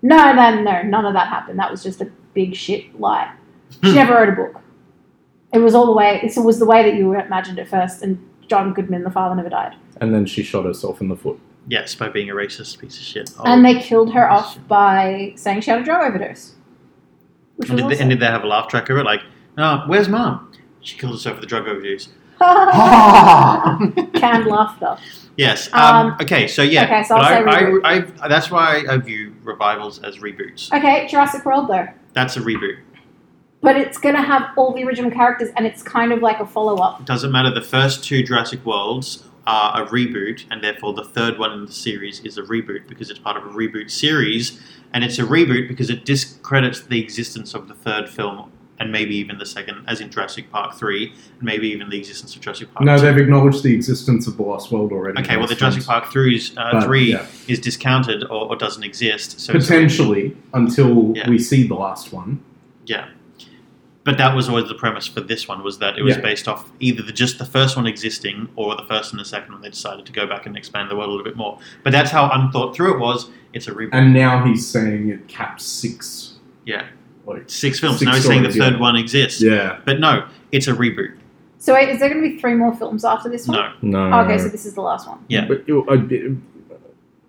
"No, no, no, none of that happened. That was just a big shit lie. She Hmm. never wrote a book. It was all the way. It was the way that you imagined it first, and." John Goodman, the father, never died, And then she shot herself in the foot. Yes, by being a racist piece of shit. Oh. and they killed her off by saying she had a drug overdose. Which Oh. was And did, they, awesome. and did they have a laugh track over it? Like, oh, where's mom? She killed herself with a drug overdose. Canned laughter. yes. Um, Um, okay, so yeah. okay, so but I'll I, say reboot. I, I, that's why I view revivals as reboots. Okay, Jurassic World though. That's a reboot. But it's gonna have all the original characters and it's kind of like a follow up. It doesn't matter. The first two Jurassic Worlds are a reboot, and therefore the third one in the series is a reboot because it's part of a reboot series, and it's a reboot because it discredits the existence of the third film. And maybe even the second, as in Jurassic Park 3, and maybe even the existence of Jurassic Park No, 2. they've acknowledged the existence of the Lost World already. Oh, Okay, well, the Makes Jurassic sense. Park 3's, uh, But, 3 yeah. is discounted or, or doesn't exist. So it's- potentially until Yeah. we see the last one. Yeah. But that was always the premise for this one was that it was Yeah. based off either the, just the first one existing or the first and the second one. They decided to go back and expand the world a little bit more. But that's how unthought through it was. It's a reboot. And now he's saying it caps six. Yeah. Like, Six films. Six now he's saying the stories, yeah. third one exists. yeah. But no, it's a reboot. So wait, is there gonna be three more films after this one? No. No. Oh, okay, so this is the last one. yeah. But it, I'd be-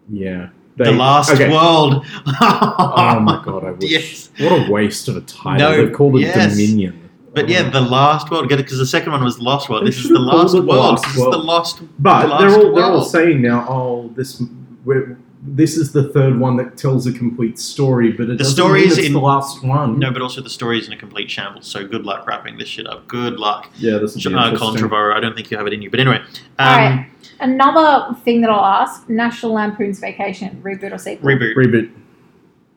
yeah. the They- Last okay. World. Oh my god, I wish. Yes. What a waste of a title. No, They've called it yes. Dominion. Um, But yeah, the Last World. Because the second one was Lost World. They This is should've the Last called it The World. Last This is the World. Lost. But The they're Last all they're all World. saying now, oh, this we're, this is the third one that tells a complete story, but it doesn't story mean is it's in- the last one. No, but also the story is in a complete shambles. So good luck wrapping this shit up. Good luck. Yeah, this is uh, Colin Trevorrow. I don't think you have it in you. But anyway, um, Alright. Another thing that I'll ask, National Lampoon's Vacation, reboot or sequel? reboot. Reboot.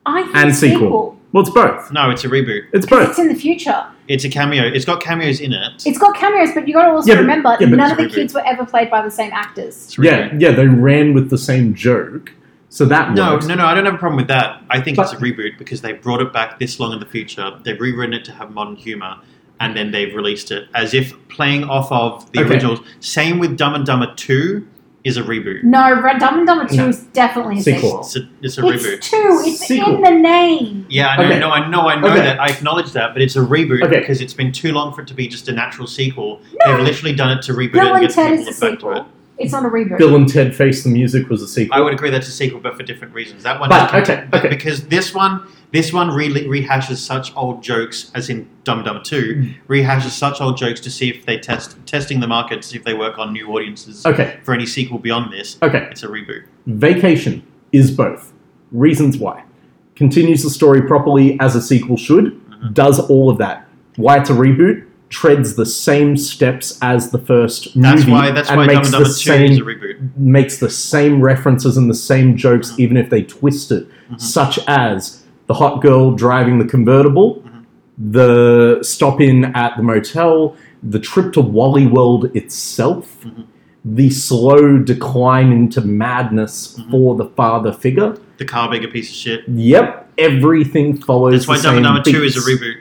I think And sequel. Well, it's both. No, it's a reboot. It's Because both. It's in the future. It's a cameo. It's got cameos in it. It's got cameos, but you gotta also Yeah, but- remember yeah, but none of the it's a reboot. kids were ever played by the same actors. It's a Yeah, reboot. yeah, they ran with the same joke, so that No, works. no, no. I don't have a problem with that. I think it's But- a reboot because they brought it back this long in the future. They've rewritten it to have modern humor, and then they've released it as if playing off of the Okay. originals. Same with Dumb and Dumber Two is a reboot. No, Red Dumb and Dumber 2 No. is definitely a Sequel. sequel. It's a, it's a It's reboot. two, it's Sequel. in the name. Yeah, I know, Okay. no, I know, I know Okay. that. I acknowledge that, but it's a reboot Okay. because it's been too long for it to be just a natural sequel. No. They've literally done it to reboot Bill it and and get Ted people is a to back to it. sequel. It's not a reboot. Bill and Ted Face the Music was a sequel. I would agree that's a sequel, but for different reasons. That one, But, doesn't- okay, but okay. because this one, this one really rehashes such old jokes, as in Dumb and Dumber Mm. Two, rehashes such old jokes to see if they test testing the market to see if they work on new audiences Okay, for any sequel beyond this. okay. It's a reboot. Vacation is both. Reasons why. Continues the story properly as a sequel should, Mhm. does all of that. Why it's a reboot, treads the same steps as the first movie. That's why. That's and why Dumb makes and Dumber the Two same is a reboot. makes the same references and the same jokes, Mhm. even if they twist it, Mhm. such as the hot girl driving the convertible, Mhm. the stop in at the motel, the trip to Wally World itself, Mhm. the slow decline into madness Mhm. for the father figure. The car being a piece of shit. Yep, everything follows. That's why the Dumb and same Dumber Two is a beats. reboot.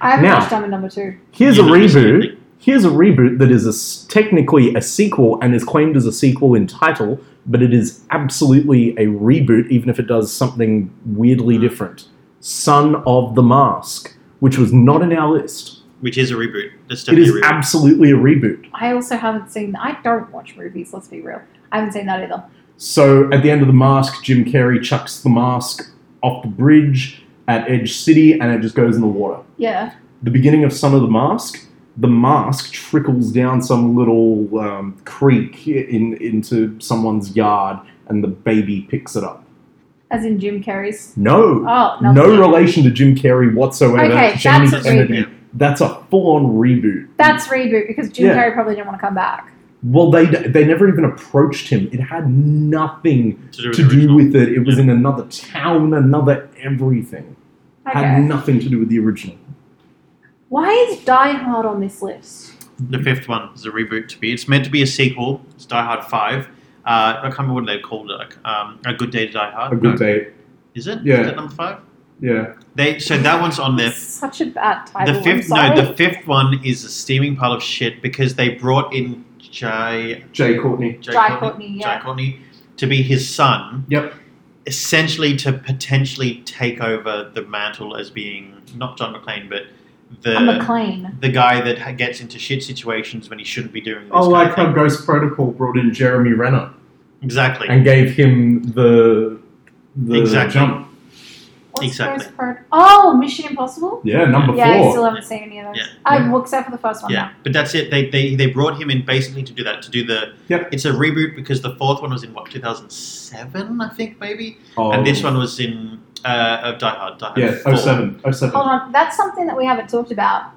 I haven't Now- watched Dumb and Dumber 2. Here's a You've not seen reboot. anything. Here's a reboot that is a s technically a sequel and is claimed as a sequel in title, but it is absolutely a reboot, even if it does something weirdly Mm. different. Son of the Mask, which was not in our list. which is a reboot. That's It definitely is a reboot. absolutely a reboot. I also haven't seen. I don't watch movies. Let's be real. I haven't seen that either. So at the end of the mask, Jim Carrey chucks the mask off the bridge at Edge City and it just goes in the water. Yeah. The beginning of Son of the Mask, the mask trickles down some little um, creek in into someone's yard, and the baby picks it up. As in Jim Carrey's. No, Oh, no nothing. relation to Jim Carrey whatsoever. Okay, Jamie that's a Kennedy. That's a full-on reboot. That's reboot because Jim Yeah. Carrey probably didn't want to come back. Well, they they never even approached him. It had nothing To do with, to the do original. with it. It was Yeah. in another town, another everything. Had Okay. nothing to do with the original. Why is Die Hard on this list? the fifth one is a reboot to be. It's meant to be a sequel. It's Die Hard Five. Uh, I can't remember what they called it. like, Um, a Good Day to Die Hard. A No. good day. Is it? Is Yeah. that number five? Yeah. They so that one's on there. Such a bad title. The I'm fifth, sorry. no, the fifth one is a steaming pile of shit because they brought in Jai Jay Courtney. Jai Jai Courtney, Courtney, Jai yeah. Courtney to be his son, Yep. essentially to potentially take over the mantle as being not John McClane, but the I'm McLean. the guy that ha- gets into shit situations when he shouldn't be doing this. Oh, kind like of how thing. Ghost Protocol brought in Jeremy Renner exactly. and gave him the the Exactly. jump. What's Exactly. Ghost Pro- Oh, Mission Impossible. Yeah, number Yeah, I four. still haven't seen any of those. Yeah. I Yeah. well, except for the first one. yeah, but that's it. They, they they brought him in basically to do that to do the. Yep. It's a reboot because the fourth one was in what 2007, I think maybe, oh, and this one was in uh, of Die Hard. Die Hard Yeah, oh, four. 07. 07. Hold on, that's something that we haven't talked about.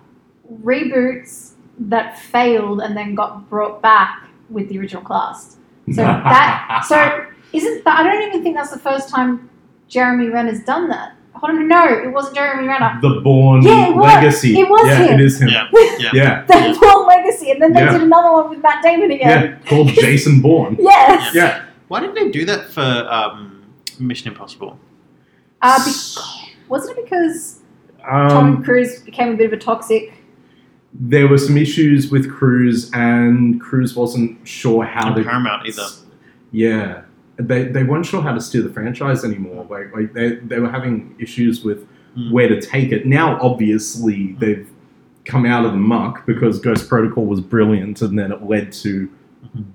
Reboots that failed and then got brought back with the original cast. So Ah. that so isn't that I don't even think that's the first time Jeremy Renner's done that. Hold on, no, it wasn't Jeremy Renner. the Born Yeah, it was. Legacy. It was yeah, it him. is him. Yeah, yeah. Yeah. The Born Legacy, and then they Yeah. did another one with Matt Damon again. yeah, Called Jason Bourne. Yes. Yeah. Why didn't they do that for um, Mission Impossible? Uh, be- wasn't it because Tom Um, Cruise became a bit of a toxic? there were some issues with Cruise, and Cruise wasn't sure how Not to. Paramount either. Yeah, they, they weren't sure how to steer the franchise anymore. Like, like they, they were having issues with Mm. where to take it. Now, obviously, they've come out of the muck because Ghost Protocol was brilliant, and then it led to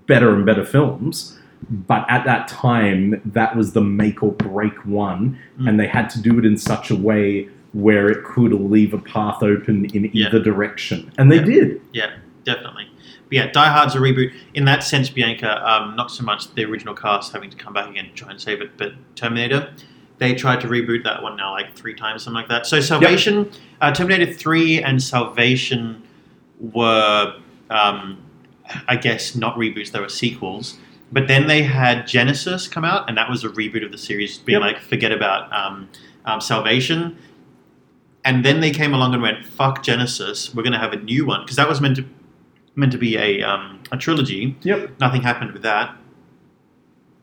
better and better films. But at that time, that was the make or break one, Mm. and they had to do it in such a way where it could leave a path open in Yeah. either direction, and they Yeah. did. Definitely. But yeah, Die Hard's a reboot. In that sense, Bianca, um, not so much the original cast having to come back again and try and save it, but Terminator, they tried to reboot that one now like three times, something like that. So Salvation, uh, Terminator 3 and Salvation were, um, I guess, not reboots, they were sequels. But then they had Genesis come out, and that was a reboot of the series, being like, forget about um, um, Salvation. And then they came along and went, fuck Genesis, we're going to have a new one. Because that was meant to meant to be a um, a trilogy. Yep. Nothing happened with that,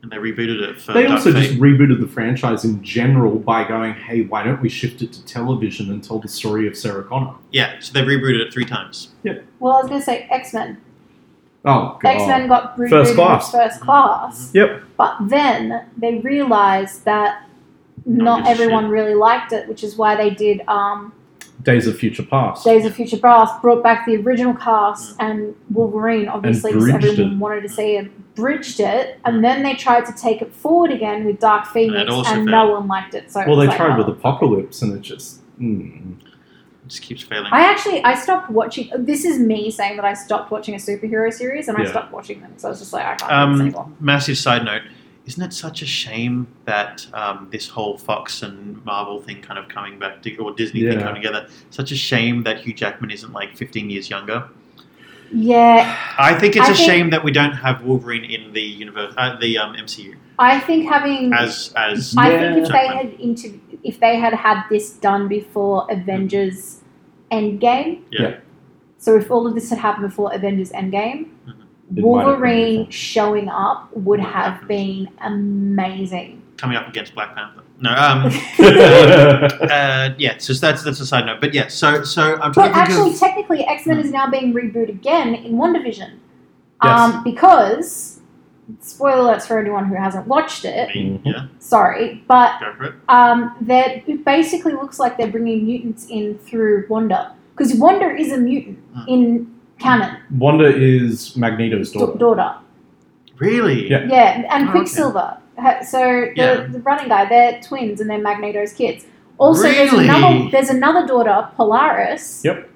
and they rebooted it for. They Dark also Fate. just rebooted the franchise in general by going, "Hey, why don't we shift it to television and tell the story of Sarah Connor?" yeah, so they rebooted it three times. Well, I was going to say X Men. Oh, God. X Men got rebooted First with Class. First class. Yep. But then they realized that not gives a everyone really liked it, which is why they did um, Days of Future Past. Days of Future Past, brought back the original cast and Wolverine, obviously, because Mm. bridged everyone it. wanted to see it, bridged it, and then they tried to take it forward again with Dark Phoenix, And it also no failed. one liked it. So it well, was they like, tried with oh. Apocalypse, and it just. Mm. It just keeps failing. I actually I stopped watching. This is me saying that I stopped watching a superhero series and I Yeah. stopped watching them. So I was just like, I can't do this anymore. um, massive side note. Isn't it such a shame that um, this whole Fox and Marvel thing kind of coming back to, or Disney thing Yeah. coming together? Such a shame that Hugh Jackman isn't like 15 years younger. Yeah, I think it's I a think- shame that we don't have Wolverine in the universe, uh, the um, MCU, I think having as as Mm. I think if they Jackman. had inter- if they had had this done before Avengers Endgame, Yeah. Yeah. So if all of this had happened before Avengers Endgame, Mhm. Mm-hmm. It might have been Wolverine different. showing up would Would've have happened. been amazing. coming up against Black Panther. No, um, uh, yeah, so that's that's a side note. But yeah, so so I'm trying But to think actually, of technically, X Hmm. Men is now being rebooted again in WandaVision. Yes. Um, because, spoiler alerts for anyone who hasn't watched it, Me, Mm-hmm. yeah, sorry, but go for it. um, that it basically looks like they're bringing mutants in through Wanda. Because Wanda is a mutant Mm. in canon, Wanda is Magneto's da- daughter. daughter. Really? Yeah. Yeah, and Oh, Quicksilver. Ha- So the, Yeah. the running guy, they're twins, and they're Magneto's kids. Also, there's Really? another there's another daughter, Polaris. Yep.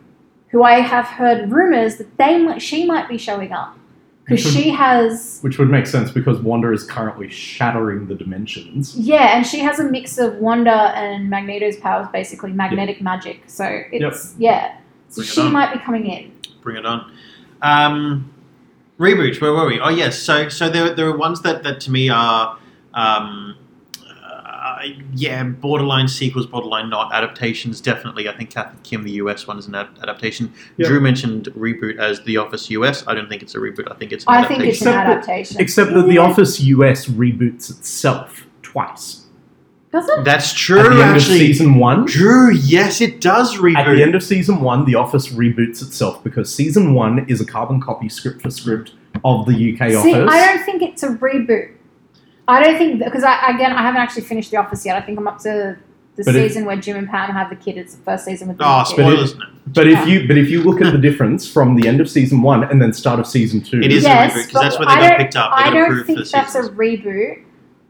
who I have heard rumors that they might, she might be showing up because Mhm. she has Which would make sense because Wanda is currently shattering the dimensions. yeah, and she has a mix of Wanda and Magneto's powers, basically magnetic magic. So it's yeah, so Bring it she on. might be coming in. Bring it on. Um, reboots. Where were we? Oh yes. So so there, there are ones that, that to me are um, uh, yeah borderline sequels, borderline not adaptations. Definitely, I think Kathy Kim, the US one, is an ad- adaptation. Yeah. Drew mentioned reboot as The Office US. I don't think it's a reboot. I think it's an I think adaptation. it's an Except that- adaptation. Except that The Office US reboots itself twice. does it? That's At true. the end of Actually, season one. Drew. Yes, it does reboot. At the end of season one, The Office reboots itself because season one is a carbon copy script for script of the UK See, Office. I don't think it's a reboot. I don't think because I again I haven't actually finished The Office yet. I think I'm up to the But it- Ah, season where Jim and Pam have the kid. It's the first season with the Oh, kid. spoilers! no. but if you but if you look at the difference from the end of season one and then start of season two, It is Yes, a reboot but because that's where they I got don't- picked up. They I got don't approved for think the that's a seasons. reboot.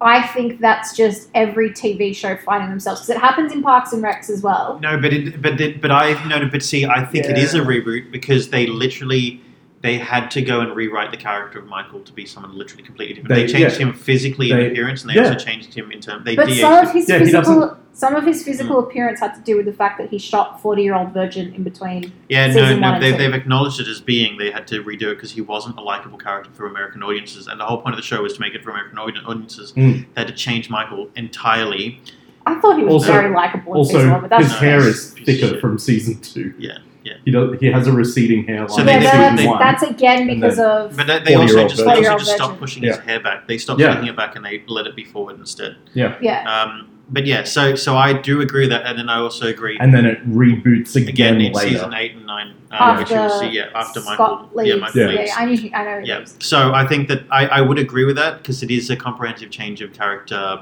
I think that's just every TV show finding themselves because it happens in Parks and Recs as well. No, but it, but it, but I no, no, but see, I think it is a Yeah. reboot because they literally they had to go and rewrite the character of Michael to be someone literally completely different. They, They- changed yeah. him physically They- in appearance, and they yeah. also changed him in terms. They But de-aged some of him. his Yeah, he Hmm. physical some of his physical appearance had to do with the fact that he shot forty year old virgin in between. Yeah, no, season one no, and they, two. they've acknowledged it as being they had to redo it because he wasn't a likable character for American audiences, and the whole point of the show was to make it for American audi- audiences. Mm. They had to change Michael entirely. I thought he was Also- very likable in also season one, but that's his not hair nice. is thicker from season two. Yeah, yeah. He does, he has a receding hairline. So in they- yeah, they- season that's, they- one. that's again And because of But they, they also 40-year-old just they also version. just stopped 40-year-old pushing version. his hair back. They stopped Yeah. taking it back and they let it be forward instead. yeah. Um, but yeah, so so I do agree with that, and then I also agree and then it reboots again, again in later. season eight and nine, uh, After which you'll see, yeah, after Scott Michael, yeah, leaves. Michael yeah, leaves. I knew. he- I know. he Yeah. leaves. So I think that I, I would agree with that because it is a comprehensive change of character,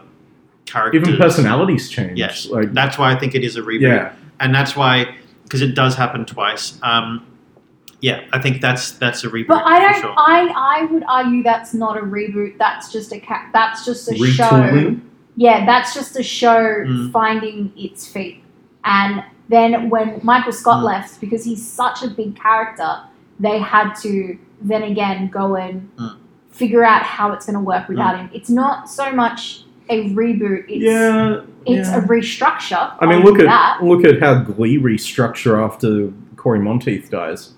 character. Even personalities change. Yes. Like, That's why I think it is a reboot, yeah. and that's why because it does happen twice. Um, yeah, I think that's that's a reboot But I for don't. sure. I I would argue that's not a reboot. That's just a ca- That's just a show. Retooling. Yeah, that's just a show Mm. finding its feet. And then when Michael Scott Mm. left, because he's such a big character, they had to then again go and Mm. figure out how it's going to work without him. It's not so much a reboot. It's Yeah. it's yeah. a restructure. I mean, I'll look do at that. look at how Glee restructure after Corey Monteith dies.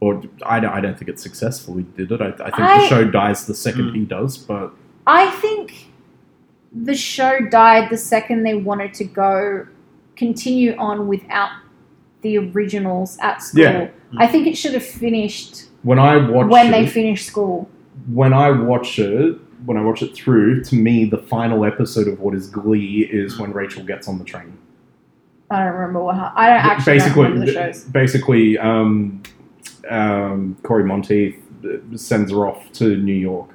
Or I, don't- I don't think it successfully did it. I, I think the I- show dies the second Mm. he does, but I think the show died the second they wanted to go continue on without the originals at school. Yeah. I think it should have finished when I watch when it, they finished school. when I watch it, when I watch it through, to me the final episode of what is Glee is when Rachel gets on the train. I don't remember what happened. I don't actually basically, remember the shows. basically, um, um, Corey Monteith uh, sends her off to New York.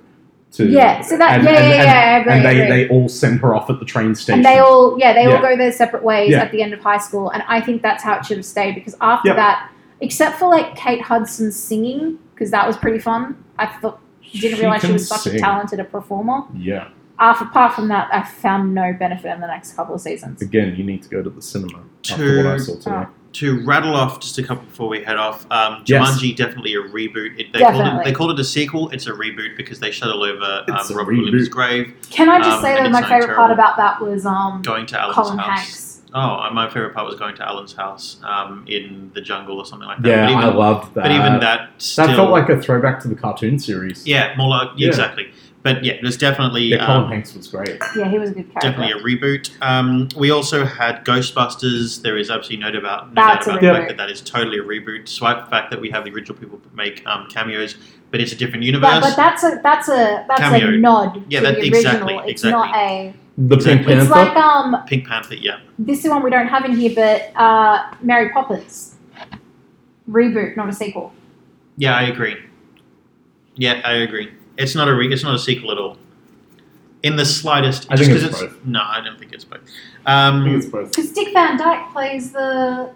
To, Yeah, so that and- yeah, and- yeah, and- yeah, I agree. and I they, agree. they all send her off at the train station. and they all yeah they Yeah. all go their separate ways Yeah. at the end of high school and i think that's how it should have stayed because after Yep. that except for like kate hudson singing because that was pretty fun i thought didn't She realize she can was such a sing. talented a performer Yeah, Af- apart from that i found no benefit in the next couple of seasons again, you need to go to the cinema after To- what I saw today. Oh. to rattle off just a couple before we head off, um, Yes. Jumanji definitely a reboot. It, they called Definitely. it they called it a sequel. It's a reboot because they shuttle over It's a um, Robert Williams' reboot. grave, can i just Um, say and that it's my not favorite part terrible. about that was um going to Alan's colin house. hanks Oh, and my favorite part was going to Alan's house um, in the jungle or something like that. Yeah, but even, I loved that. but even that still, that felt like a throwback to the cartoon series. yeah, more like Yeah. exactly. But yeah, there's definitely yeah Colin um, Hanks was great. yeah he was a good character definitely a reboot. Um, we also had Ghostbusters. There is absolutely no doubt about, no doubt That's a about the fact reboot. that that is totally a reboot. Despite the fact that we have the original people make um, cameos, but it's a different universe. but, but that's a that's a that's Cameo. a nod Yeah, to that- the original exactly, it's not a The Exactly. Pink it's Panther. like um Pink Panther, yeah. this is one we don't have in here, but uh, Mary Poppins reboot, not a sequel. Yeah, I agree. Yeah, I agree. It's not a re- it's not a sequel at all. In the slightest, I just think 'cause it's no, I don't think it's both. I think Um, it's both. Because Dick Van Dyke plays the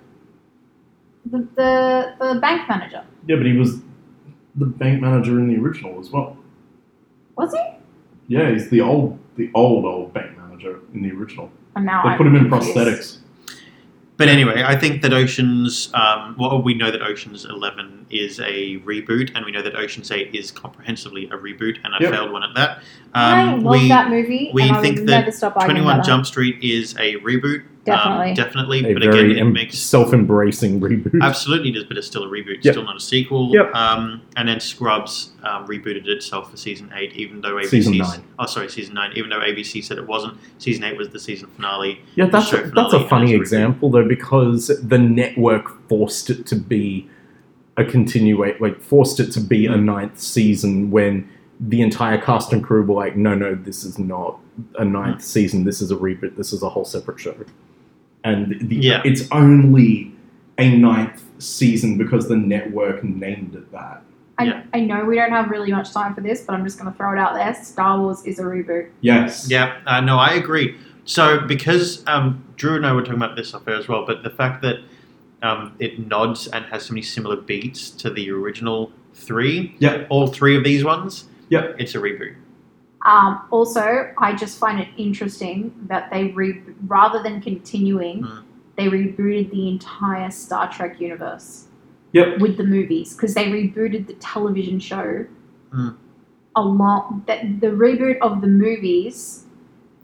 the, the the bank manager, Yeah, but he was the bank manager in the original as well. was he? Yeah, he's the old, the old, old bank manager in the original. And now They I'm put him in confused. prosthetics. But anyway, I think that Ocean's um, well, we know that Ocean's Eleven is a reboot, and we know that Ocean's Eight is comprehensively a reboot, and a Yep. failed one at that. Um, I love we, that movie. we and I think would that never stop arguing Twenty One about Jump Street is a reboot, Definitely. um, definitely. A but very again, it em- makes self-embracing reboot. Absolutely, it is, but it's still a reboot, Yep. still not a sequel. Yep. Um, and then Scrubs um, rebooted itself for season eight, even though ABC. Season nine. Oh, sorry, season nine. Even though ABC said it wasn't, season eight was the season finale. Yeah, that's Sure, a, that's a finale, funny that's a example though because the network forced it to be a continuate, like forced it to be Hmm. a ninth season when the entire cast and crew were like, no, no, this is not a Hmm. ninth season. This is a reboot. This is a whole separate show, and the, Yeah. it's only a ninth season because the network named it that. I, Yeah. I know we don't have really much time for this, but I'm just going to throw it out there. Star Wars is a reboot. Yes. Yeah, uh, no, I agree. So because um, Drew and I were talking about this off air as well, but the fact that um, it nods and has so many similar beats to the original three, Yep. all three of these ones, Yep. it's a reboot. Um, also, I just find it interesting that they re- rather than continuing, Mm. they rebooted the entire Star Trek universe. Yep. With the movies, because they rebooted the television show. Mm. A lot that the reboot of the movies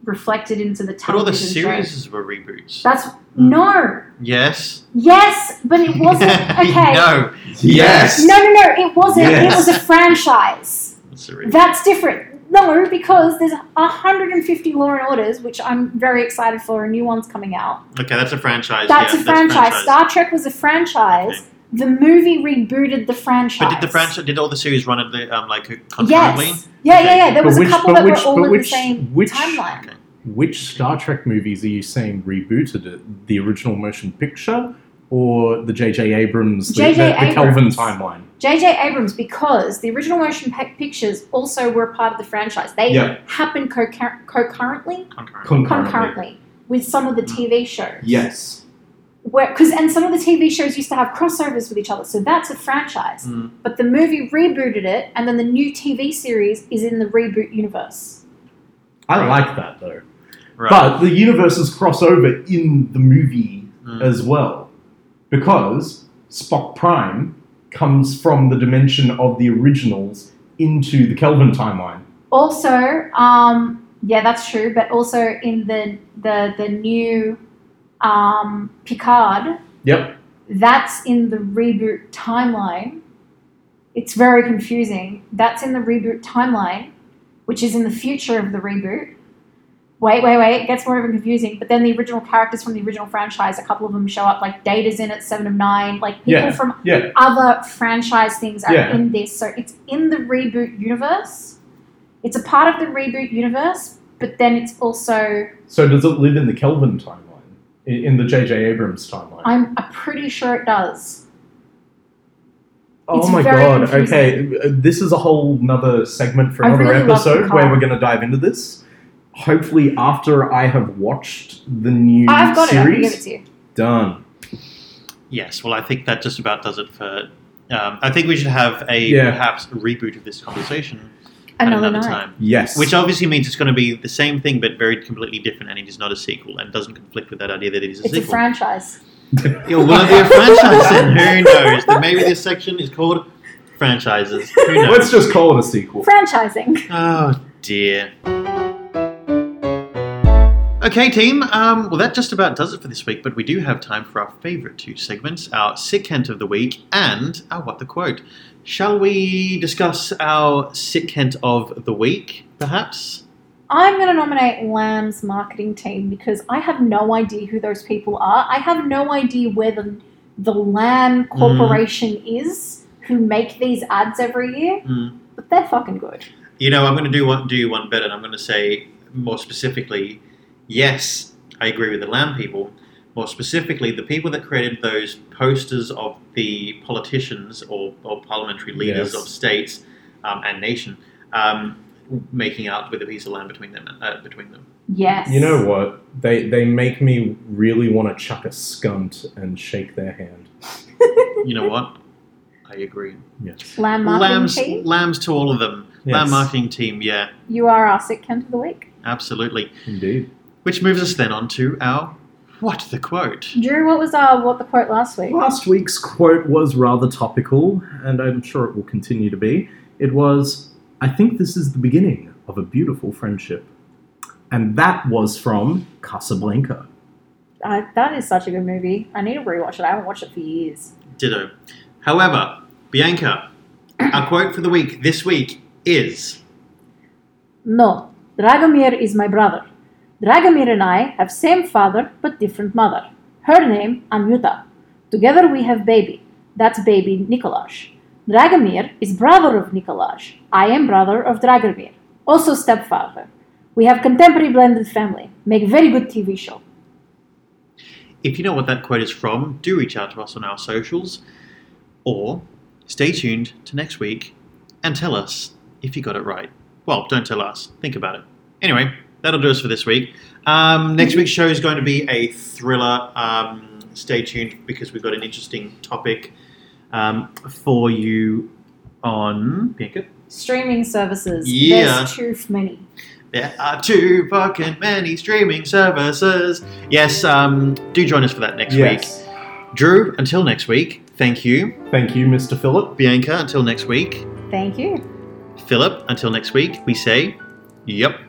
reflected into the But all television the show. series were reboots. That's Mm. no, yes. yes, but it wasn't. Okay, no. Yes. No, no, no, it wasn't. Yes. It was a franchise. It's a reboot. That's different. No, because there's 150 Law and Orders, which I'm very excited for. A new one's coming out. Okay, that's a franchise. That's yeah, a franchise. Star Trek was a franchise. The movie rebooted the franchise. But did the franchise? Did all the series run at the um, like concurrently? Yes. Yeah, yeah, yeah. There But was which- a couple but that which- were all but in which- the same which- timeline. Which Star Trek movies are you saying rebooted it? The original motion picture or the J.J. Abrams, the, J.J. the, the Kelvin Abrams. timeline? J.J. Abrams, because the original motion pe- pictures also were part of the franchise. They Yeah. happened concur- concurrently, Concurrently. concurrently with some of the TV shows. Yes. where because and some of the TV shows used to have crossovers with each other, so that's a franchise. Mm. But the movie rebooted it, and then the new TV series is in the reboot universe. I like that though. Right. But the universes cross over in the movie Mm. as well. Because Spock Prime comes from the dimension of the originals into the Kelvin timeline. Also, um, yeah, that's true. But also in the the the new um, Picard, Yep. that's in the reboot timeline. It's very confusing. That's in the reboot timeline, which is in the future of the reboot. Wait, wait, wait. It gets more even confusing. But then the original characters from the original franchise, a couple of them show up. Like Data's in it, Seven of Nine. Like people Yeah, from yeah. other franchise things are Yeah. in this. So it's in the reboot universe. It's a part of the reboot universe, but then it's also. So does it live in the Kelvin timeline? I- In the J.J. Abrams timeline? I'm uh, pretty sure it does. Oh It's my very god, confusing. okay. uh, This is a whole nother segment for I another really love episode Picard. where we're going to dive into this. Hopefully, after I have watched the new I've got it. I can series. give it to you. Done. Yes. Well, I think that just about does it for. Um, I think we should have a Yeah. perhaps reboot of this conversation at Another, night. time, Yes. which obviously means it's going to be the same thing but very completely different, and it is not a sequel and doesn't conflict with that idea that it is a It's a sequel. franchise. It will be a franchise, and who knows? Then maybe this section is called franchises. Who knows? Let's just call it a sequel. Franchising. Oh dear. Okay, team. Um, well, that just about does it for this week, but we do have time for our favourite two segments our Sick Hent of the Week and our What the Quote. Shall we discuss our Sick Hent of the Week, perhaps? I'm going to nominate Lamb's marketing team because I have no idea who those people are. I have no idea where the, the Mm. Lamb Corporation is who make these ads every year, Mm. but they're fucking good. You know, I'm going to do one, do one better, and I'm going to say more specifically yes, I agree with the Lamb people. More specifically, the people that created those posters of the politicians or, or parliamentary leaders Yes. of states um, and nation um, making out with a piece of land between them. Uh, between them. Yes. You know what? They they make me really want to chuck a scunt and shake their hand. You know what? I agree. Yes. Lamb marketing Lambs, team, lambs to all of them. Lamb Yes. marketing team, yeah, you are our sick cunt of the week. absolutely. Indeed. Which moves us then on to our What the quote? Drew, what was uh, what the quote last week? Last week's quote was rather topical, and I'm sure it will continue to be. It was, I think this is the beginning of a beautiful friendship. And that was from Casablanca. Uh, that is such a good movie. I need to rewatch it. I haven't watched it for years. Ditto. However, Bianca, our quote for the week this week is No, Dragomir is my brother. Dragomir and I have same father but different mother. Her name Anyuta. Together we have baby. That's baby Nikolaj. Dragomir is brother of Nikolaj. I am brother of Dragomir. Also stepfather. We have contemporary blended family. Make very good TV show. If you know what that quote is from, do reach out to us on our socials or stay tuned to next week and tell us if you got it right. Well, don't tell us, think about it. Anyway, that'll do us for this week. Um, next week's show is going to be a thriller. Um, stay tuned because we've got an interesting topic um, for you on Bianca. Streaming services. Yeah. There's too many. There are too fucking many streaming services. Yes, um, do join us for that next week. Drew, until next week, thank you. Thank you, Mr. Phillip. Bianca, until next week. Thank you. Philip, until next week, we say, yep.